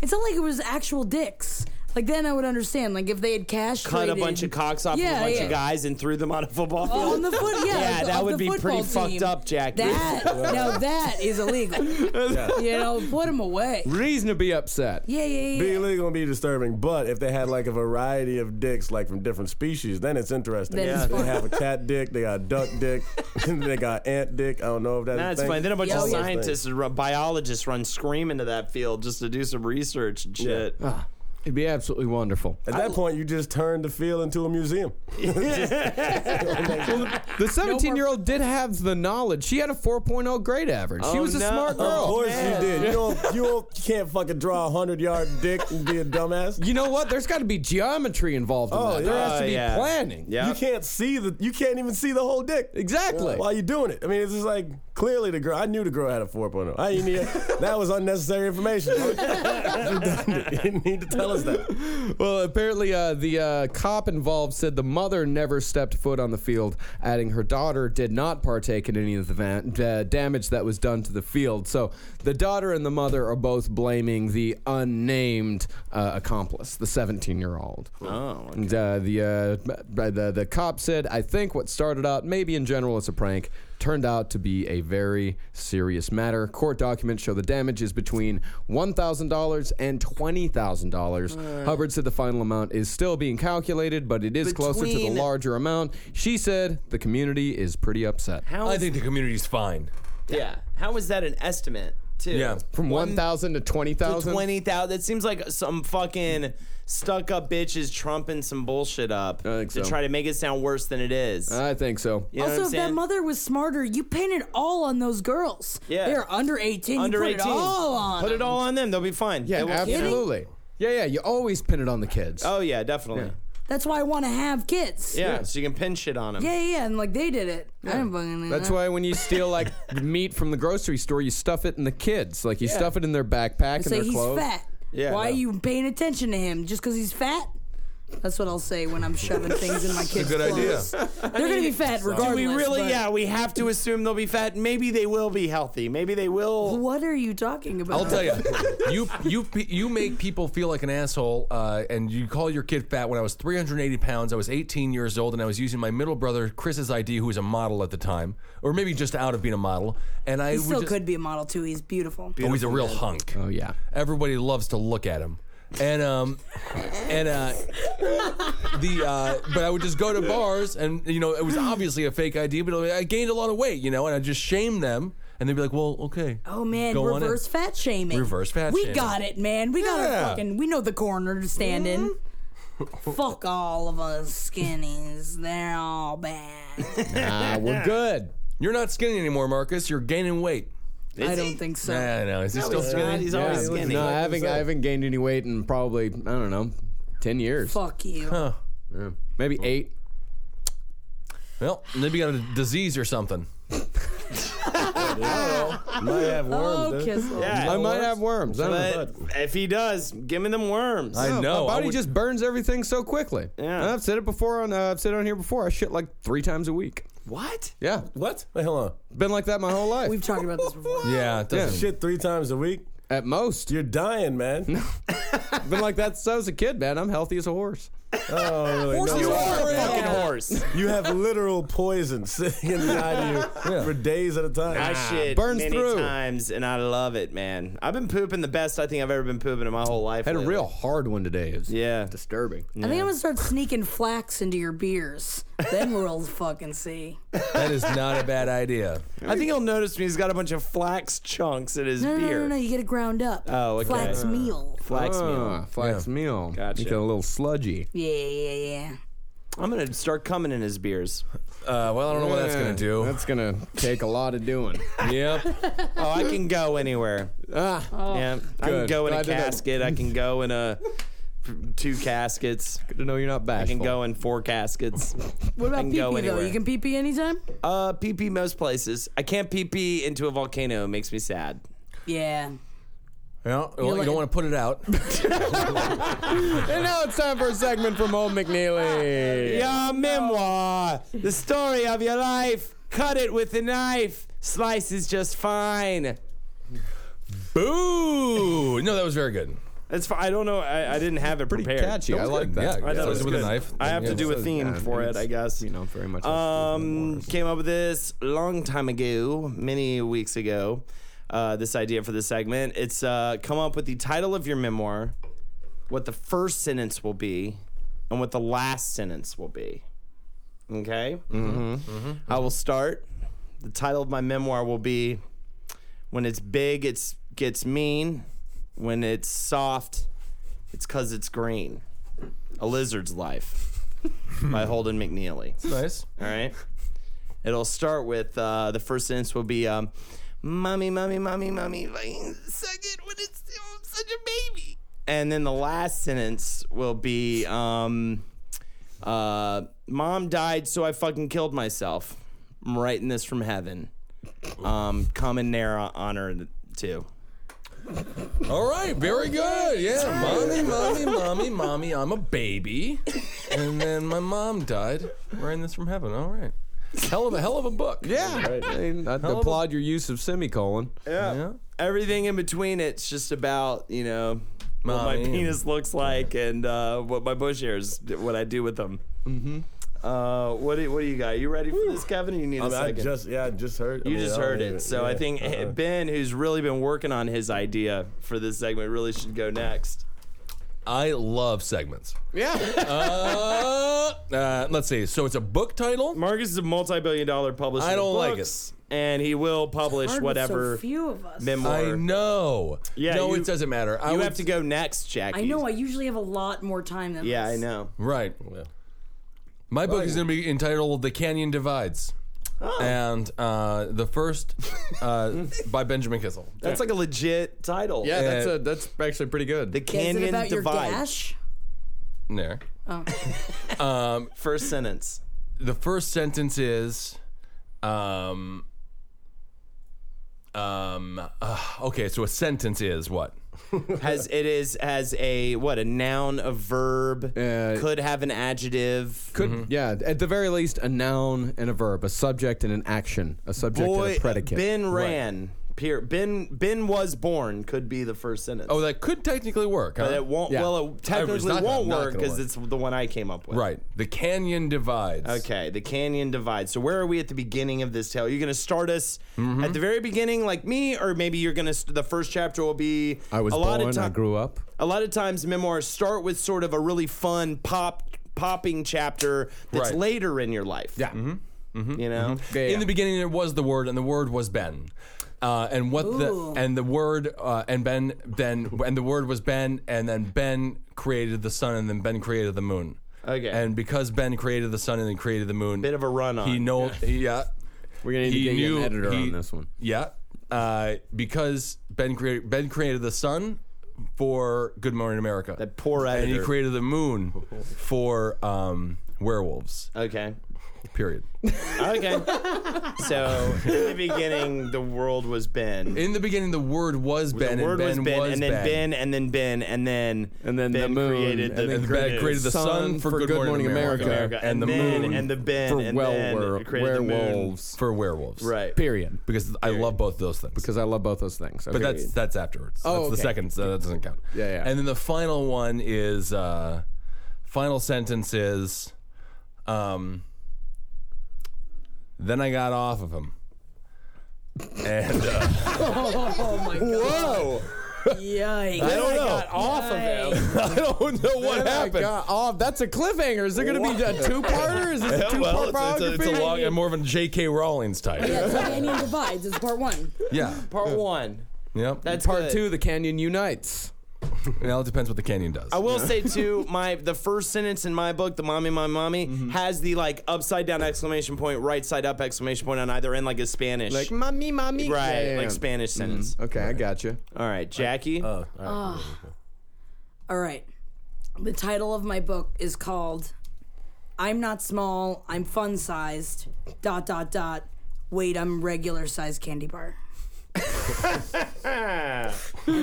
F: It's not like it was actual dicks. Like then I would understand. Like if they had cash,
L: Cut a bunch of cocks off
F: Yeah,
L: of a bunch
F: yeah.
L: of guys and threw them on a football field.
F: Oh, on the foot. Yeah,
L: Yeah,
F: like,
L: that
F: of
L: would
F: the
L: be pretty
F: football
L: fucked
F: team.
L: up, Jack.
F: That now that is illegal. You know, put him away.
A: Reason to be upset.
F: Yeah, yeah,
I: Be
F: yeah.
I: illegal and be disturbing, but if they had like a variety of dicks, like from different species, then it's interesting.
F: Then it's
I: they
F: fun.
I: have a cat dick, they got a duck dick, they got ant dick. I don't know if that's
L: That's fine. Then a bunch
F: Yeah,
L: of
F: yeah.
L: scientists and ru- biologists run screaming to that field just to do some research and shit.
A: It'd be absolutely wonderful.
I: At that point, you just turned the field into a museum.
A: The 17 year old did have the knowledge. She had a 4.0 grade average. she
L: Oh,
A: was a
L: no.
A: smart girl.
I: of course you did. You don't, you don't, you can't fucking draw a hundred yard dick and be a dumbass.
A: You know what? There's got to be geometry involved in
I: Oh,
A: that. There
I: yeah.
A: has to
L: Oh,
A: be
L: yeah.
A: planning.
L: Yeah.
I: You can't see the, you can't even see the whole dick.
A: Exactly.
I: Why you doing it? I mean, it's just like clearly the girl. I knew the girl had a 4.0. I didn't need that was unnecessary information. you didn't need to tell us that.
A: Well, apparently, uh, the uh, cop involved said the mother never stepped foot on the field, adding her daughter did not partake in any of the van- uh, damage that was done to the field. So the daughter and the mother are both blaming the unnamed uh, accomplice, the 17 year old. Oh. And, uh, the, uh, b- the, the cop said, I think what started out, maybe in general, it's a prank. Turned out to be a very serious matter. Court documents show the damage is between $1,000 and $20,000. Hubbard said the final amount is still being calculated, but it is closer to the
L: Between-
A: larger amount. She said the community is pretty upset.
L: How
G: I
L: is-
G: think the community's fine.
L: yeah. How is that an estimate, too?
G: Yeah.
A: From 1,000 to
L: To
A: 20,000?
L: 20,000. That seems like some fucking stuck up bitches trumping some bullshit up
A: I think
L: to
A: so. Uh,
L: try to make it sound worse than it is.
A: I think so.
L: you know
F: Also,
L: what
F: if
L: I'm saying?
F: that mother was smarter, you painted all on those girls.
L: Yeah.
F: they're under eighteen.
L: Under
F: you put
L: 18.
F: it all on.
L: Put it all on them. They'll be fine.
A: Yeah,
L: They won't-
A: absolutely. Yeah, yeah, you always pin it on the kids.
L: Oh, yeah, definitely.
F: That's why I want to have kids.
L: Yeah. so you can pin shit on them.
F: yeah, yeah, and like they did it. I didn't fucking.
A: That's why when you steal like meat from the grocery store, you stuff it in the kids. Like you stuff it in their backpack and
F: say
A: their
F: he's
A: clothes.
F: fat.
L: Yeah.
F: Why are you paying attention to him just because he's fat? That's what I'll say when I'm shoving things in my kids'
G: Good idea.
F: clothes. They're gonna be fat regardless.
L: We really,
F: but-
L: yeah, we have to assume they'll be fat. Maybe they will be healthy. Maybe they will.
F: What are you talking about?
G: I'll tell you, you you you make people feel like an asshole, uh, and you call your kid fat. When I was 380 pounds, I was 18 years old, and I was using my middle brother Chris's ID, who was a model at the time, or maybe just out of being a model. And I
F: He
G: would
F: still
G: just,
F: could be a model too. He's beautiful.
G: Oh, he's a real hunk.
A: Oh yeah.
G: Everybody loves to look at him. And um and uh the uh but I would just go to bars and you know it was obviously a fake ID but I gained a lot of weight, you know, and I just shame them and they'd be like, "Well, okay."
F: Oh man,
G: go on in."
F: reverse fat shaming.
G: Reverse fat
F: we
G: shaming.
F: got it, man. We got
G: Yeah.
F: our fucking. We know the corner to stand in. Fuck all of us skinnies. They're all bad.
A: Ah, we're good.
G: You're not skinny anymore, Marcus. You're gaining weight.
F: I don't think so.
G: I know. Is he still
L: He's not-
G: skinny?
L: He's always skinny.
A: No, I haven't. I haven't gained any weight in probably I don't know, ten years,
F: Fuck you.
A: maybe eight.
G: Well, maybe you got a disease or something.
I: Might have
F: Oh,
I: worms, dude.
F: Kissel.
A: I
L: Yeah,
A: might have worms. I don't know.
L: but if he does, give me them worms.
G: I know.
A: My
G: I
A: body
G: would-
A: just burns everything so quickly.
L: Yeah.
A: I've said it before on. Uh, I've said it on here before. I shit like three times a week.
L: what?
A: Yeah,
I: What? Wait, hold on.
A: been like that my whole life.
F: We've talked about this before.
G: yeah, it doesn't-
I: Shit three times a week?
B: at most.
I: You're dying, man.
B: Been like that since I was a kid, man. I'm healthy as a horse.
I: Oh, really? No.
H: You
I: You,
H: are a fucking horse.
I: have literal poison sitting inside you for days at a time.
H: I
G: Ah,
H: shit
B: burns
H: many
B: through.
H: times, and I love it, man. I've been pooping the best I think I've ever been pooping in my whole life.
B: Had a
H: lately.
B: real hard one today. It was
H: Yeah.
B: disturbing.
F: I think I'm gonna start sneaking flax into your beers. Then we'll fucking see.
G: That is not a bad idea.
H: I think he'll notice me. He's got a bunch of flax chunks in his
F: No, no,
H: beer.
F: no, no, no, You get it ground up.
H: Oh, okay.
F: Flax meal.
H: Flax meal.
B: Ah, flax meal.
H: Gotcha.
B: Make it a little sludgy.
F: Yeah, yeah, yeah.
H: I'm gonna start coming in his beers.
G: Uh, well, I don't know what that's
B: Yeah,
G: gonna do.
B: That's gonna take a lot of doing.
G: yep.
H: Oh, I can go anywhere.
B: ah,
H: yeah, I can
B: good.
H: go in a
B: Glad to know.
H: casket. I can go in a two caskets.
B: good to know you're not
H: I
B: bashful.
H: can go in four caskets.
F: What
H: I
F: about
H: can
F: pee
H: go
F: pee though?
H: anywhere.
F: You can pee pee anytime.
H: Uh, pee pee most places. I can't pee pee into a volcano. It makes me sad.
F: Yeah.
G: Well, well, you
F: like-
G: don't want to put it out.
B: And now it's time for a segment from Old McNeely.
H: Your memoir, the story of your life. Cut it with a knife. Slice is just fine.
G: Boo! No, that was very good.
H: That's fine. I don't know. I, I didn't have it prepared.
B: Catchy. I like that.
G: Yeah, I
H: thought it was
G: with
H: good.
G: a knife.
H: I have
G: Yeah,
H: to do a
G: so-
H: theme
B: Yeah,
H: for it,
B: it's-
H: I guess.
B: You know, very much.
H: Um, came up with this long time ago, many weeks ago. Uh, this idea for this segment. It's uh, come up with the title of your memoir, what the first sentence will be, and what the last sentence will be. Okay. Mm-hmm. I will start. The title of my memoir will be "When It's Big, It's Gets Mean. When It's Soft, It's Cause It's Green." A lizard's life by Holden McNeely.
G: Nice.
H: All right. It'll start with uh, the first sentence will be, um, "Mommy, mommy, mommy, mommy, like, suck it when it's oh, I'm such a baby." And then the last sentence will be, um, uh, "Mom died, so I fucking killed myself." I'm writing this from heaven. Um, common era honor too.
G: All right, very good. Yeah, mommy, mommy, mommy, mommy, I'm a baby. And then my mom died. Wearing this from heaven. All right. Hell of a hell of a book.
B: yeah. I mean, I'd
G: of a-
B: applaud your use of semicolon.
G: Yeah.
H: Everything in between, it's just about you know what my
G: Mommy.
H: penis looks like and uh, what my bush hairs, what I do with them. Mm-hmm. Uh, what do, what do you got? You ready for this, Kevin? Or you need a
I: I, mean, I
H: second.
I: just yeah, I just heard. I
H: you
I: mean,
H: just
I: I don't
H: heard
I: even-
H: it, so I
I: yeah.
H: think eh, Ben, who's really been working on his idea for this segment, really should go next.
G: I love segments.
B: Yeah.
G: Uh, uh, let's see. So it's a book title.
H: Marcus is a multi-billion-dollar publisher.
G: I don't
H: of
G: like
H: books, and he will publish
F: Hard with
H: whatever
F: So few of us.
H: memoir.
G: I know.
H: Yeah,
G: no,
H: you-
G: it doesn't matter. I
H: You
G: would-
H: have to go next, Jackie.
F: I know. I usually have a lot more time than.
H: yeah,
F: us.
H: I know.
G: Right. My book is going to be entitled "The Canyon Divides,"
H: Oh.
G: and uh, the first uh, by Benjamin Kissel.
H: That's like a legit title.
B: Yeah, that's a, that's actually pretty good.
H: The
F: Yeah, is
H: Canyon
F: it about
H: Divide.
F: your gash?
G: There.
H: First sentence.
G: The first sentence is, um, um. uh, okay, so a sentence is what?
H: Has it is as a what a noun, a verb,
B: Uh,
H: could have an adjective.
B: Could
G: Mm-hmm.
B: yeah, at the very least, a noun and a verb, a subject and an action, a subject and
H: Boy,
B: a predicate.
H: Ben ran. Pier, ben Ben was born could be the first sentence.
G: Oh, that could technically work. Huh?
H: but it won't.
B: yeah.
H: Well, it technically
G: not gonna-
H: won't
G: not
H: work
G: gonna
H: because
G: work.
H: it's the one I came up with.
G: right. The canyon divides.
H: Okay, the canyon divide. So where are we at the beginning of this tale? You're gonna start us
B: Mm-hmm.
H: at the very beginning, like me, or maybe you're gonna. St- the first chapter will be.
B: I was
H: a lot
B: born.
H: Of
B: I
H: time.
B: grew up.
H: a lot of times memoirs start with sort of a really fun pop popping chapter that's
G: Right. Mm-hmm.
H: later in your life. Yeah. Mm-hmm. You know,
G: In the beginning, there was the word, and the word was Ben. Uh, and what the and the word uh, and Ben then and the word was Ben, and then Ben created the sun, and then Ben created the moon.
H: Okay.
G: And because Ben created the sun and then created the moon,
H: bit of a run on.
G: he know yeah
B: We're gonna need
G: He
B: to get you
G: knew-
B: an editor
G: he-
B: on this one.
G: yeah uh, because Ben created Ben created the sun for Good Morning America.
H: That poor
G: And he
H: editor.
G: created the moon for um, werewolves.
H: okay.
G: Period.
H: Okay. so in the beginning, the world was Ben.
G: In the beginning, the word was Ben.
H: the word
G: and
H: was
G: ben
H: Ben,
G: was
H: and then ben. and then Ben, and then
A: And then the
H: Ben
A: moon,
H: created
A: and
H: the
G: And then
H: created
G: Ben created the sun, for, Good, Morning, America,
H: America,
G: and, the
H: then,
G: moon
H: and the Ben,
A: for
H: and then
A: well,
H: it created the moon.
A: werewolves.
G: for werewolves.
H: Right.
A: Period.
G: Because I love both those things.
A: Because I love both those things.
G: but
A: Okay.
G: that's that's afterwards.
A: Oh,
G: that's the
A: okay.
G: second, so that doesn't count.
A: Yeah, yeah.
G: And then the final one is uh, final sentence is, um, then I got off of him, and uh,
H: Whoa!
F: Yikes.
H: I don't know. Got off of him.
G: I don't know what
A: Then I
G: happened.
A: got off. oh, that's a cliffhanger. Is there going to be a two-parter? Is this a
G: Yeah,
A: two-part
G: well, it's, it's, a, it's a
A: biography?
G: long, and more of a J.K. Rowling's type.
F: Yeah, it's like Canyon Divides. It's part one.
G: yeah.
H: Part one.
G: Yep.
H: That's
A: Part
H: good.
A: two, the canyon unites.
G: well, it depends what the canyon does.
H: I will say too, my the first sentence in my book, "The Mommy, My Mommy,"
A: Mm-hmm.
H: has the like upside down exclamation point, right side up exclamation point on either end, like a Spanish,
A: Like mommy, mommy.
H: right,
A: Yeah, yeah, yeah. Mm-hmm.
H: like Spanish sentence.
A: Okay, I got you.
H: All right, Jackie.
F: All right. The title of my book is called I'm Not Small, I'm Fun Sized, dot, dot, dot. Wait, I'm regular sized candy bar. and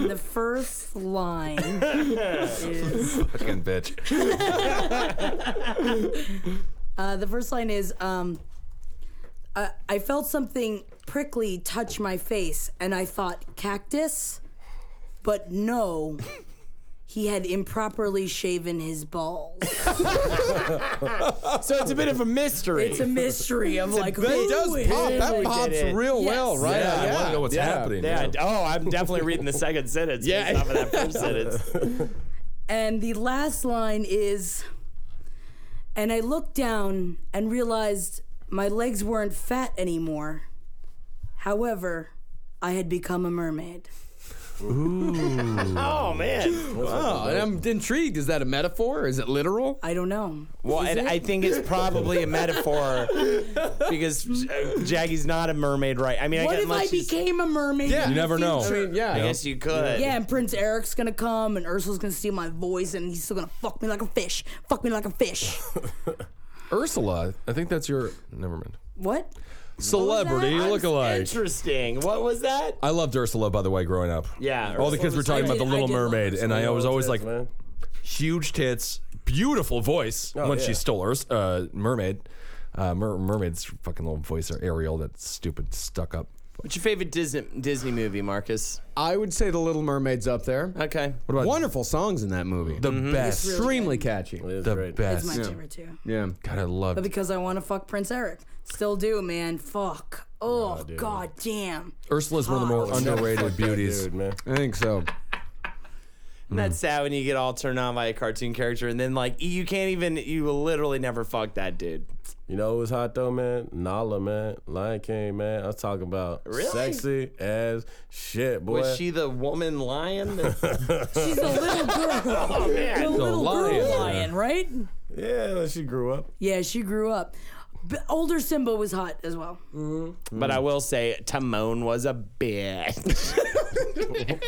F: the first line is
G: Fucking bitch.
F: uh, the first line is um, uh, I felt something prickly touch my face, and I thought cactus, but no, he had improperly shaven his balls.
H: so it's a bit of a mystery.
F: It's a mystery of like who
A: That does
F: is-
A: pop. That
H: really
A: pops
H: did it.
A: real well,
F: Yes.
A: right?
G: Yeah, I
A: out.
G: want to know what's happening.
H: yeah.
G: too.
H: Oh, I'm definitely reading the second sentence.
A: Yeah.
H: Yeah. Off of that first sentence.
F: And the last line is and I looked down and realized my legs weren't fat anymore. However, I had become a mermaid.
H: Oh man.
A: Oh, and I'm intrigued. Is that a metaphor? Is it literal?
F: I don't know.
H: Well, and I think it's probably a metaphor because uh, Jackie's not a mermaid, right? I mean, I
F: What
H: guess
F: if I
H: unless she's-
F: became a mermaid?
A: Yeah.
F: in
G: You
F: the
G: never know.
A: I
F: future?
A: mean, yeah.
H: I guess you could.
F: Yeah, and Prince Eric's gonna come, and Ursula's gonna steal my voice, and he's still gonna fuck me like a fish. Fuck me like a fish.
G: Ursula, I think that's your. Never mind.
F: what?
G: Celebrity
F: I'm
G: lookalike.
H: Interesting. What was that?
G: I loved Ursula, by the way, growing up.
H: Yeah,
G: All the
H: Ursula
G: kids were
H: was-
G: talking
F: I
G: about The
F: did- I
G: Little
F: did love
G: Mermaid, and I was always like,
M: man.
G: huge tits, beautiful voice
H: Oh,
G: when
M: yeah.
G: she stole Urs- uh, Mermaid. Uh, mer- mermaid's fucking little voice, or Ariel, that stupid stuck up.
H: What's your favorite Disney Disney movie, Marcus?
A: I would say The Little Mermaid's up there.
H: Okay.
G: What about
A: Wonderful songs in that movie.
G: The best.
A: Extremely catchy.
G: the best.
F: It's my favorite too.
A: Yeah.
G: God, I love
F: But because I want to fuck Prince Eric. Still do, man. Fuck. Oh, god damn.
G: Ursula's one of
M: Ah, oh,
G: the more
F: Hot.
G: underrated beauties.
M: Dude, man.
A: I think so.
H: That's sad when you get all turned on by a cartoon character and then like you can't even you will literally never fuck that dude.
M: You know what was hot though, man? Nala, man. Lion King, man. I was talking about
H: Really?
M: sexy as shit, boy.
H: Was she the woman lion? that-
F: She's a little girl. The little
G: lion.
F: girl lion, right?
M: yeah, like she grew up.
F: Yeah, she grew up. But older Simba was hot as well.
H: but I will say Timon was a bitch.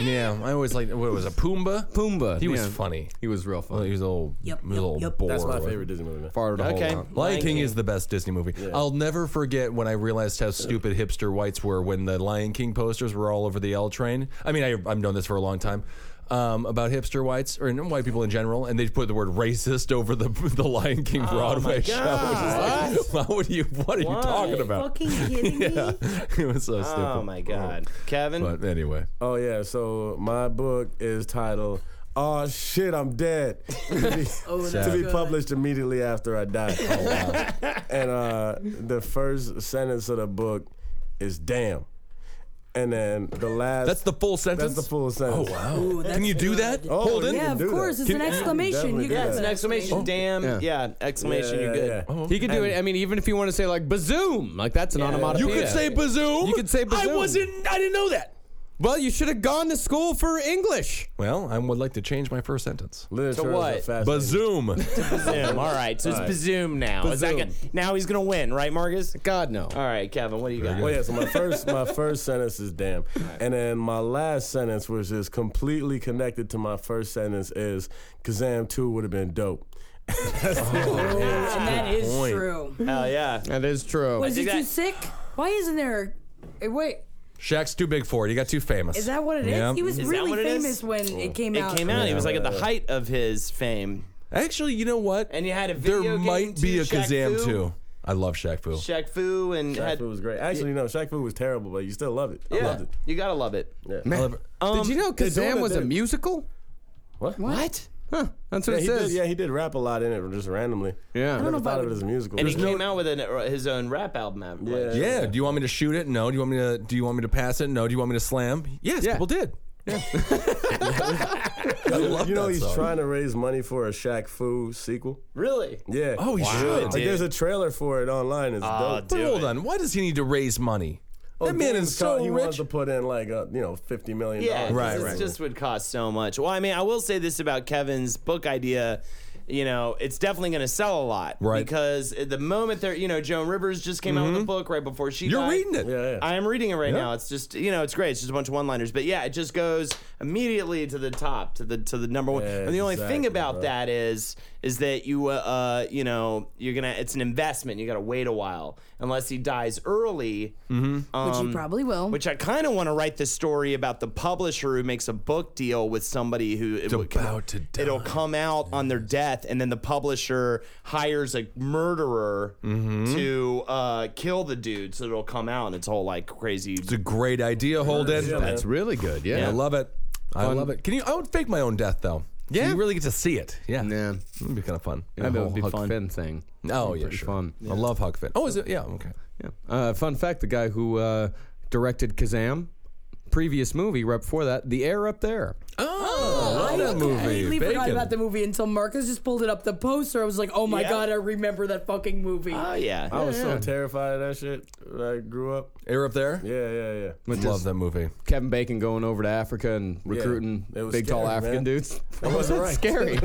G: Yeah, I always liked, what was it, Pumbaa?
A: Pumbaa.
G: He was
A: yeah.
G: funny.
A: He was real
G: Well,
A: funny.
G: he was a little,
F: Yep,
G: he was a
F: yep,
G: little
F: yep.
G: bore.
M: That's my favorite Disney movie, man.
A: Farted a whole
H: Okay.
A: lot.
G: Lion King,
H: King.
G: is the best Disney movie. I'll never forget when I realized how stupid hipster whites were when the Lion King posters were all over the L train. I mean, I, I've known this for a long time um, about hipster whites or and white people in general, and they put the word racist over the the Lion
M: Oh
G: King Broadway show. Which is like, why would you? What are you talking about?
F: Fucking kidding me?
G: Yeah, it was so stupid.
H: oh my god. Kevin?
G: But anyway,
M: Oh yeah, so my book is titled "Oh shit, I'm dead," to be, to be published immediately after I die. and uh, the first sentence of the book is "damn," and then the last
G: that's the full sentence.
M: that's the full sentence. Oh wow!
F: Ooh, that's
G: Can you do
F: good.
G: that,
M: Oh,
G: Holden?
M: You
F: Yeah,
M: can
F: of
M: do that.
F: course. It's
G: Can-
F: an exclamation.
M: definitely
F: You
M: do
F: got
M: that.
H: That's an exclamation, damn.
A: Yeah.
H: Oh, Yeah, exclamation,
M: Yeah,
H: you're
M: yeah,
H: good.
M: yeah.
G: Oh,
A: He could do it. I mean, even if you want to say like bazoom, like that's an
G: You
A: onomatopoeia.
G: could say bazoom.
A: You could say
G: I
A: bazoom.
G: wasn't. I didn't know that.
A: Well, you should have gone to school for English.
G: Well, I would like to change my first sentence.
M: Literature is a
H: what?
M: fascinating-
G: Bazoom.
H: Bazoom. All right, so it's Bazoom now. Is that
A: Bazoom.
H: gonna- now he's gonna win, right, Marcus?
A: God no.
H: All right, Kevin, what do you got?
M: Oh yeah, so my first my first sentence is damn, and then my last sentence, which is completely connected to my first sentence, is Kazam Two would have been dope.
F: And that is true.
H: Hell yeah.
A: That is true.
F: Was he
H: think
F: too
H: that-
F: sick? Why isn't there? eh, Wait,
G: Shaq's too big for it. He got too famous.
F: is that what it is?
G: Yeah.
F: He was
H: Is that
F: really
H: what it is?
F: famous when it came
H: It
F: out.
H: came out. He was like at the height of his fame.
G: Actually, you know what?
H: And you had a
G: there
H: video game,
G: might be
H: too,
G: a
H: Shaq
G: Kazam
H: Fu.
G: too. I love Shaq Fu.
H: Shaq Fu and
N: Shaq
H: had.
N: Fu was great. Actually, no, Shaq Fu was terrible, but you still love it. I
H: yeah,
N: loved it.
H: you gotta love it.
N: Yeah.
G: I love it.
A: did you know
N: they're doing
A: Kazam
N: it,
A: was a
N: they're-
A: musical?
N: What?
A: What? Huh? That's what
N: Yeah,
A: it
N: he
A: says.
N: did, yeah, he did rap a lot in it, just randomly. I
A: Yeah. I don't
N: never
F: know if I
N: thought of
F: would-
N: it as a musical.
H: And he
N: There's no-
H: came out with an, uh, his own rap album. out.
N: Yeah.
G: yeah. Do you want me to shoot it? No. Do you want me to? Do you want me to pass it? No. Do you want me to slam? Yes.
A: Yeah.
G: People did. I love
N: you know
G: that
N: he's
G: song.
N: trying to raise money for a Shaq Fu sequel.
H: Really?
N: Yeah.
G: Oh, he should.
N: Like, there's a trailer for it online. It's dope. Oh,
G: But hold on. Why does he need to raise money? that man
N: James
G: is
N: Corden,
G: so
N: He wants
G: rich.
N: to put in like a, you know fifty million.
H: Yeah,
N: dollars.
G: Right,
H: This
G: right.
H: just would cost so much. Well, I mean, I will say this about Kevin's book idea. You know, it's definitely going to sell a lot,
G: Right.
H: Because at the moment there, you know, Joan Rivers just came
N: Mm-hmm.
H: out with a book right before she.
G: You're
H: died.
G: reading it.
N: Yeah, yeah.
H: I am reading it right
G: Yeah.
H: now. It's just you know, it's great. It's just a bunch of one-liners, but yeah, it just goes immediately to the top, to the to the number one.
N: Yeah,
H: and the only thing
N: exactly,
H: about
N: bro.
H: that is is that you uh, uh you know you're gonna it's an investment. You got to wait a while unless he dies early.
G: Hmm.
F: which you probably will.
H: Um, Which I kind of want to write the story about the publisher who makes a book deal with somebody who it's
G: about to die.
H: It'll come out on their death, and then the publisher hires a murderer
G: Mm-hmm.
H: to uh, kill the dude, so it'll come out, and it's all like crazy.
G: It's a great idea, Holden.
A: That's really good. Yeah.
G: I love it. I love it. Can you? I would fake my own death though.
A: Yeah?
G: So you really get to see it. Yeah.
A: Yeah.
G: It'd be kind of fun.
A: That
G: Yeah.
A: would be Huck Finn thing.
G: Oh
A: Be
G: yeah,
A: pretty
G: sure.
A: fun.
G: I love Huck Finn. Oh, is it? Yeah. Okay.
A: Yeah. Uh, fun fact: the guy who uh, directed Kazam, previous movie right before that, The Air Up There.
G: Oh,
F: I
G: I love that movie.
F: completely forgot
G: Bacon.
F: about the movie until Marcus just pulled it up the poster. I was like, oh my
H: Yeah.
F: god, I remember that fucking movie.
H: Oh yeah,
N: I was so terrified of that shit when I grew up.
G: Air up there.
N: Yeah, yeah, yeah.
G: Love that movie.
A: Kevin Bacon going over to Africa and recruiting
N: it was
A: big tall
N: scary, man.
A: African dudes.
N: That wasn't right.
A: scary.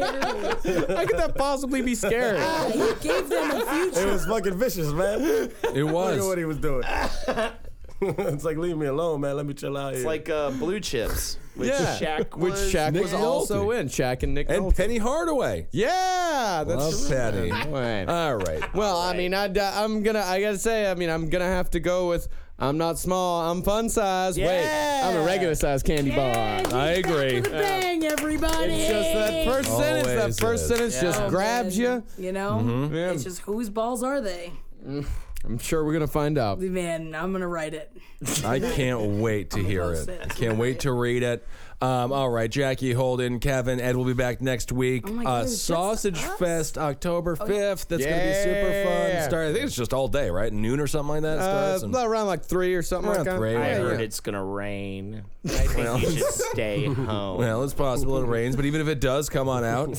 A: How could that possibly be scary?
F: he gave them a
N: It
F: future.
N: was fucking vicious, man.
G: It
N: Look at what
G: was.
N: he was doing. it's like leave me alone, man. Let me chill out
H: it's
N: here.
H: like uh, blue chips, which
G: Yeah.
H: Shaq
A: Which
H: was.
A: Shaq
G: Nick
A: was
G: Nolte.
A: also in. Shaq and Nick
G: And
A: Nolte.
G: Penny Hardaway.
A: Yeah,
G: Love Uh,
A: that's
G: Penny.
A: Right.
G: All right.
A: Well, I mean, I, am gonna, I gotta say, I mean, I'm gonna have to go with. I'm not small. I'm fun size. Wait, I'm a
H: Yeah.
A: regular size candy bar.
G: I agree.
F: With a bang, everybody.
A: It's just that first sentence. That
G: Always
A: first
G: is.
A: sentence just
F: Oh,
A: grabs
F: man.
A: you.
F: You know,
H: Mm-hmm.
F: it's just whose balls are they?
A: I'm sure we're gonna find out.
F: Man, I'm gonna write it.
G: I can't wait to hear it.
F: post it.
G: I can't wait to read it. Um, all right, Jackie, Holden, Kevin, Ed will be back next week.
F: my
G: uh,
F: God, it's just
G: Sausage
F: us?
G: Fest, October 5th. That's going to be super
A: Yeah.
G: fun. Start, I think it's just all day, right? Noon or something like that. It
A: Uh,
G: starts and-
A: around like three or something.
G: Around
A: like that.
G: three,
A: Yeah,
G: I
H: I
A: yeah.
H: heard it's gonna rain. I think you should stay home.
G: well, it's possible it rains, but even if it does, come on out.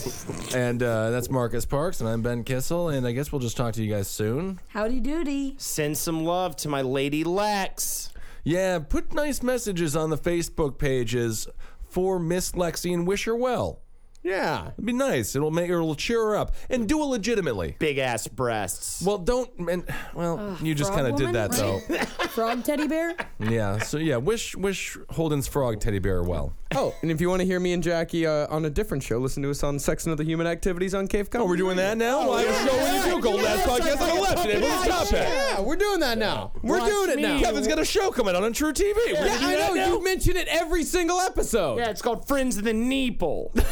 G: and uh, that's Marcus Parks, and I'm Ben Kissel, and I guess we'll just talk to you guys soon.
F: Howdy doody.
H: Send some love to my lady Lex.
G: Yeah, put nice messages on the Facebook pages for Miss Lexi and wish her well.
A: Yeah.
G: It'd be nice. It'll make it'll cheer her up and do it legitimately.
H: Big ass breasts.
G: Well, don't and well, you just
F: frog
G: kind of did
F: woman,
G: that
F: right? Frog teddy bear.
G: though. yeah. So yeah, wish wish Holden's frog teddy bear well.
A: Oh, and if you want to hear me and Jackie uh, on a different show, listen to us on Sex and Other Human Activities on Cave Comedy.
G: Oh, we're doing that now. Why
A: yeah.
G: show when you do Golden Ass
A: Yeah,
G: Podcast on the left and everyone's top hat.
A: Oh, Yeah, we're doing that now. We're
H: Watch
A: doing it
H: me.
A: now.
G: Kevin's got a show coming out on True TV. We're gonna
A: Yeah,
G: do
A: I know.
G: that now.
A: You mention it every single episode.
H: Yeah, it's called Friends of the Neeple.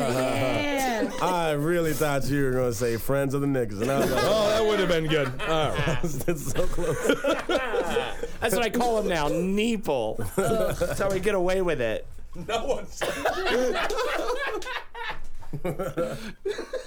F: Yeah.
N: I really thought you were gonna say friends of the niggas, and I was like,
G: Oh, that would have been good. All right.
N: that's so close.
H: That's what I call him now, Neeple. That's how we get away with it.
G: No one's.